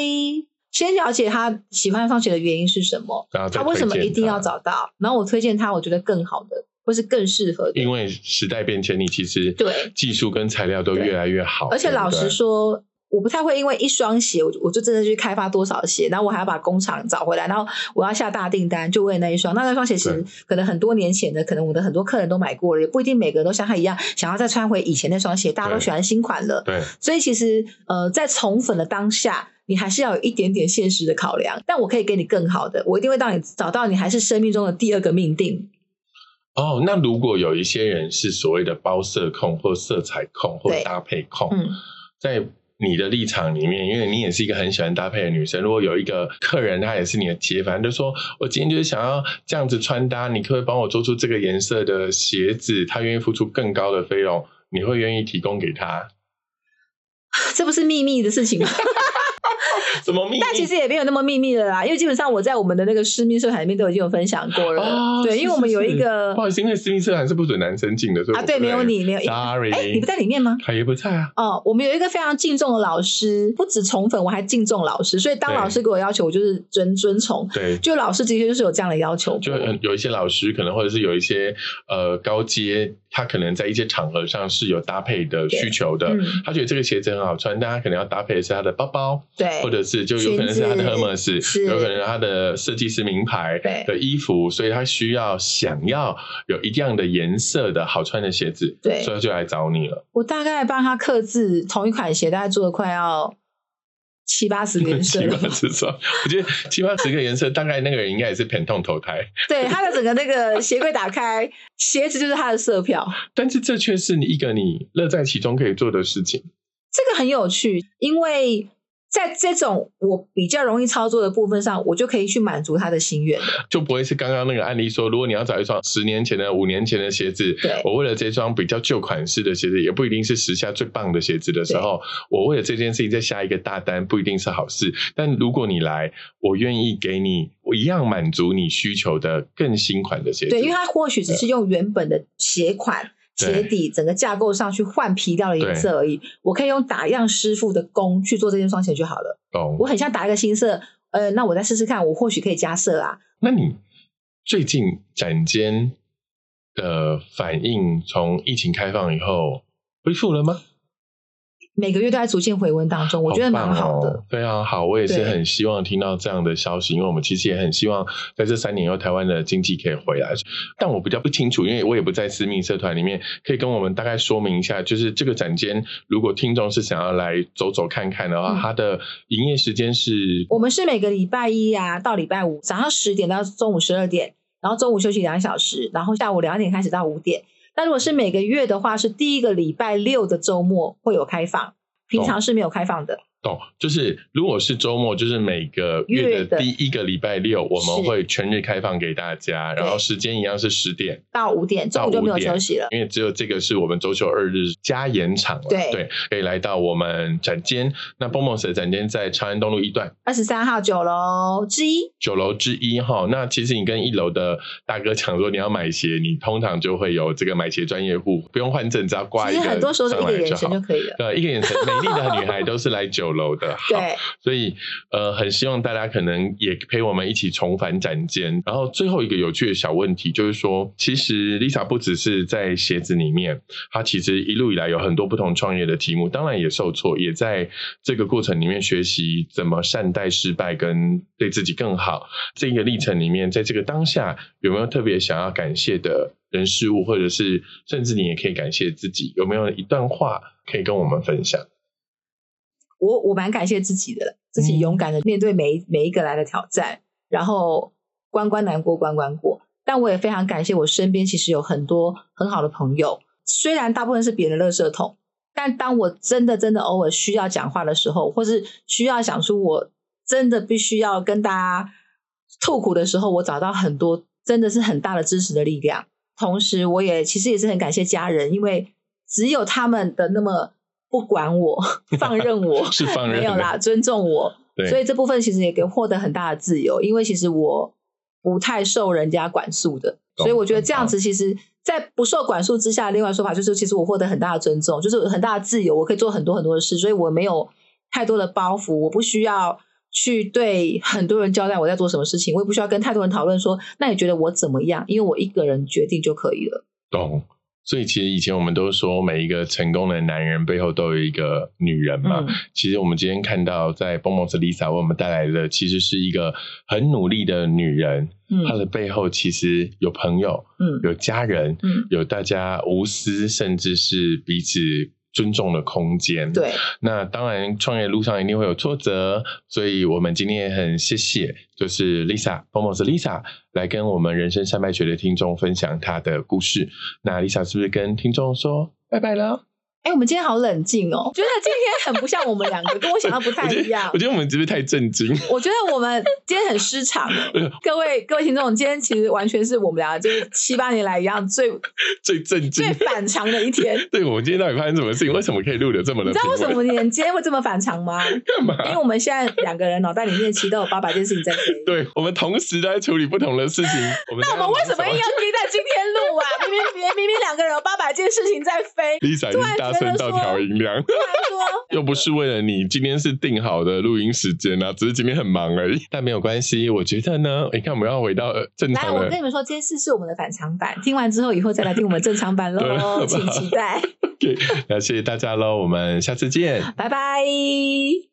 Speaker 2: 先了解他喜欢上学的原因是什么，
Speaker 1: 然后再
Speaker 2: 他为什么
Speaker 1: 啊推荐
Speaker 2: 一定
Speaker 1: 他
Speaker 2: 要？找到，然后我推荐他我觉得更好的，或是更适合的。
Speaker 1: 因为时代变迁，你其实
Speaker 2: 对
Speaker 1: 技术跟材料都越来越好，
Speaker 2: 而且
Speaker 1: 对不啊
Speaker 2: 老实
Speaker 1: 对，
Speaker 2: 说，我不太会因为一双鞋，我就我就真的去开发多少鞋，然后我还要把工厂找回来，然后我要下大订单，就为了那一双。那那双鞋其实
Speaker 1: 对
Speaker 2: 可能很多年前的，可能我的很多客人都买过了，也不一定每个人都像他一样想要再穿回以前那双鞋，大家都
Speaker 1: 对
Speaker 2: 喜欢新款了。
Speaker 1: 对
Speaker 2: 所以其实呃，在宠粉的当下。你还是要有一点点现实的考量，但我可以给你更好的，我一定会让你找到你还是生命中的第二个命定。
Speaker 1: 哦。那如果有一些人是所谓的包色控或色彩控或
Speaker 2: 对
Speaker 1: 搭配控，
Speaker 2: 嗯，
Speaker 1: 在你的立场里面，因为你也是一个很喜欢搭配的女生，如果有一个客人她也是你的铁粉，她就说我今天就是想要这样子穿搭，你可不可以帮我做出这个颜色的鞋子？她愿意付出更高的费用，你会愿意提供给她？
Speaker 2: 这不是秘密的事情吗？
Speaker 1: 什 (laughs) 么秘密？
Speaker 2: 但其实也没有那么秘密的啦，因为基本上我在我们的那个私密社团里面都已经有分享过了。
Speaker 1: 哦
Speaker 2: 对，
Speaker 1: 是
Speaker 2: 因为我们有一个
Speaker 1: 不好意思，因为私密社团是不准男生进的，所以
Speaker 2: 啊，
Speaker 1: 我
Speaker 2: 对，
Speaker 1: 不
Speaker 2: 没
Speaker 1: 在
Speaker 2: 有你，没有
Speaker 1: ，sorry，
Speaker 2: 哎，你不在里面吗？
Speaker 1: 他也不在啊。
Speaker 2: 哦，我们有一个非常敬重的老师，不止宠粉，我还敬重老师，所以当
Speaker 1: 对
Speaker 2: 老师给我要求，我就是遵遵从。
Speaker 1: 对，
Speaker 2: 就老师的确就是有这样的要求过，
Speaker 1: 就很有一些老师可能，或者是有一些呃高阶，他可能在一些场合上是有搭配的需求的。
Speaker 2: 嗯，
Speaker 1: 他觉得这个鞋子很好穿，但他可能要搭配的是他的包包，
Speaker 2: 对
Speaker 1: 或，者是就有可能是他的 Hermes，
Speaker 2: 是
Speaker 1: 有可能他的设计师名牌
Speaker 2: 对
Speaker 1: 的衣服，所以他需要想要有一样的颜色的好穿的鞋子，
Speaker 2: 对
Speaker 1: 所以他就来找你了。
Speaker 2: 我大概帮他刻字，同一款鞋大概做了快要七八十个颜
Speaker 1: (laughs)
Speaker 2: 色
Speaker 1: 七
Speaker 2: 了
Speaker 1: 八。十双，我觉得七八十个颜色，大概那个人应该也是偏痛投胎，
Speaker 2: 对，他的整个那个鞋柜打开，鞋子就是他的色票。
Speaker 1: 但是这却是你一个你乐在其中可以做的事情。
Speaker 2: 这个很有趣，因为在这种我比较容易操作的部分上，我就可以去满足他的心愿了。
Speaker 1: 就不会是刚刚那个案例说，如果你要找一双十年前的、五年前的鞋子
Speaker 2: 对，
Speaker 1: 我为了这双比较旧款式的鞋子，也不一定是时下最棒的鞋子的时候，我为了这件事情再下一个大单，不一定是好事。但如果你来，我愿意给你，我一样满足你需求的更新款的鞋子。
Speaker 2: 对，因为他或许只是用原本的鞋款。
Speaker 1: 对
Speaker 2: 鞋底整个架构上去换皮料的颜色而已，我可以用打样师傅的工去做这件双鞋就好了。
Speaker 1: 懂
Speaker 2: 我很像打一个新色，呃，那我再试试看，我或许可以加色啊。
Speaker 1: 那你最近展间的反应，从疫情开放以后恢复了吗？
Speaker 2: 每个月都在逐渐回温当中，我觉得蛮好的。
Speaker 1: 棒哦，非常好。我也是
Speaker 2: 对
Speaker 1: 很希望听到这样的消息，因为我们其实也很希望在这三年以后，台湾的经济可以回来。但我比较不清楚，因为我也不在私密社团里面，可以跟我们大概说明一下，就是这个展间，如果听众是想要来走走看看的话，
Speaker 2: 嗯
Speaker 1: 它的营业时间是
Speaker 2: 我们是每个礼拜一啊到礼拜五早上十点到中午十二点，然后中午休息两小时，然后下午两点开始到五点。那如果是每个月的话，是第一个礼拜六的周末会有开放，平常是没有开放的。
Speaker 1: 懂，哦就是如果是周末，就是每个月
Speaker 2: 月的
Speaker 1: 的第一个礼拜六，我们
Speaker 2: 是
Speaker 1: 会全日开放给大家，然后时间一样是十点。
Speaker 2: 到五点，中午就没有休息了。
Speaker 1: 因为只有这个是我们周休二日加延场了，
Speaker 2: 对
Speaker 1: 可以来到我们展间。那 Bomos 的展间在长安东路一段
Speaker 2: 二十三号酒楼之一，
Speaker 1: 九楼之一哈。那其实你跟一楼的大哥讲说你要买鞋，你通常就会有这个买鞋专业户，不用换证，只要挂
Speaker 2: 其
Speaker 1: 一
Speaker 2: 实
Speaker 1: 个
Speaker 2: 很多时候是一
Speaker 1: 上
Speaker 2: 个
Speaker 1: 来
Speaker 2: 眼
Speaker 1: 就
Speaker 2: 神
Speaker 1: 好
Speaker 2: 就。可以了。
Speaker 1: 对，一个眼神，美丽的女孩都是来九楼的。好，
Speaker 2: (laughs) 对，
Speaker 1: 所以呃，很希望大家可能也陪我们一起重返展间。然后最后一个有趣的小问题就是说，其实 Lisa 不只是在鞋子里面，她其实一路以来有很多不同创业的题目，当然也受挫，也在这个过程里面学习怎么善待失败跟对自己更好。这个历程里面，在这个当下，有没有特别想要感谢的人事物，或者是甚至你也可以感谢自己，有没有一段话可以跟我们分享？
Speaker 2: 我
Speaker 1: 嗯
Speaker 2: 我蛮感谢自己的，自己勇敢的面对每一每一个来的挑战，然后关关难过关关过。但我也非常感谢我身边其实有很多很好的朋友，虽然大部分是别人的垃圾桶，但当我真的真的偶尔需要讲话的时候，或是需要想出我真的必须要跟大家吐苦的时候，我找到很多真的是很大的支持的力量。同时，我也其实也是很感谢家人，因为只有他们的那么不管我、 (laughs) 放任
Speaker 1: (laughs) ，
Speaker 2: 我
Speaker 1: 是放任
Speaker 2: 没有
Speaker 1: 的
Speaker 2: 啦，尊重我，
Speaker 1: 对，
Speaker 2: 所以这部分其实也给获得很大的自由，因为其实我不太受人家管束的，
Speaker 1: 懂
Speaker 2: 所以我觉得这样子其实，在不受管束之下，另外说法就是，其实我获得很大的尊重，就是很大的自由，我可以做很多很多的事，所以我没有太多的包袱，我不需要。去对很多人交代我在做什么事情，我也不需要跟太多人讨论说，那你觉得我怎么样？因为我一个人决定就可以了。
Speaker 1: 懂。所以其实以前我们都说，每一个成功的男人背后都有一个女人嘛。
Speaker 2: 嗯，
Speaker 1: 其实我们今天看到，在 b o m o s Lisa 为我们带来的，其实是一个很努力的女人。
Speaker 2: 嗯
Speaker 1: 她的背后其实有朋友、
Speaker 2: 嗯
Speaker 1: 有家人、
Speaker 2: 嗯，
Speaker 1: 有大家无私，甚至是彼此尊重的空间。。
Speaker 2: 对，
Speaker 1: 那当然，创业路上一定会有挫折，所以我们今天也很谢谢，就是 Lisa 某某是 Lisa 来跟我们人生山脉学的听众分享她的故事。那 Lisa 是不是跟听众说拜拜了？
Speaker 2: 哎、我们今天好冷静哦，觉得今天很不像我们两个，跟我想的不
Speaker 1: 我
Speaker 2: 太
Speaker 1: 觉
Speaker 2: 一样
Speaker 1: 得，我。觉得我们是不是太震惊？
Speaker 2: 我觉得我们今天很失常，欸各位各位听众，今天其实完全是我们俩就是七八年来一
Speaker 1: (laughs)
Speaker 2: 样最
Speaker 1: 最震惊
Speaker 2: 最！反常的
Speaker 1: (laughs)
Speaker 2: 一天。
Speaker 1: 对，我们今天到底发生什么事情？为什么可以录的这么
Speaker 2: 你
Speaker 1: 的
Speaker 2: 知
Speaker 1: 平
Speaker 2: 道为
Speaker 1: 稳？
Speaker 2: 什么你们今天会这么反常吗？
Speaker 1: 干嘛？
Speaker 2: 因为我们现在两个人脑袋里面其实都有八百件事情在飞。
Speaker 1: 对，我们同时在处理不同的事情。我们
Speaker 2: 那我们为什么硬要逼在今天录啊？明明明明明两个人有八百件事情在飞，
Speaker 1: Lisa 已
Speaker 2: 突然
Speaker 1: 经
Speaker 2: 觉
Speaker 1: 大
Speaker 2: 得
Speaker 1: 声到
Speaker 2: 说
Speaker 1: 调音量，
Speaker 2: 突然
Speaker 1: (laughs)
Speaker 2: 说
Speaker 1: 又不是为了你，今天是定好的录音时间啊，只是今天很忙而已。但没有关系，我觉得呢，你看我们要回到呃正
Speaker 2: 来，
Speaker 1: 常
Speaker 2: 我
Speaker 1: 的
Speaker 2: 跟。你们说，这件事是我们的反常版，听完之后以后再来听我们正常版
Speaker 1: 对
Speaker 2: 喽，
Speaker 1: 了
Speaker 2: 请期待，
Speaker 1: OK，那谢谢大家喽，我们下次见。
Speaker 2: 拜拜。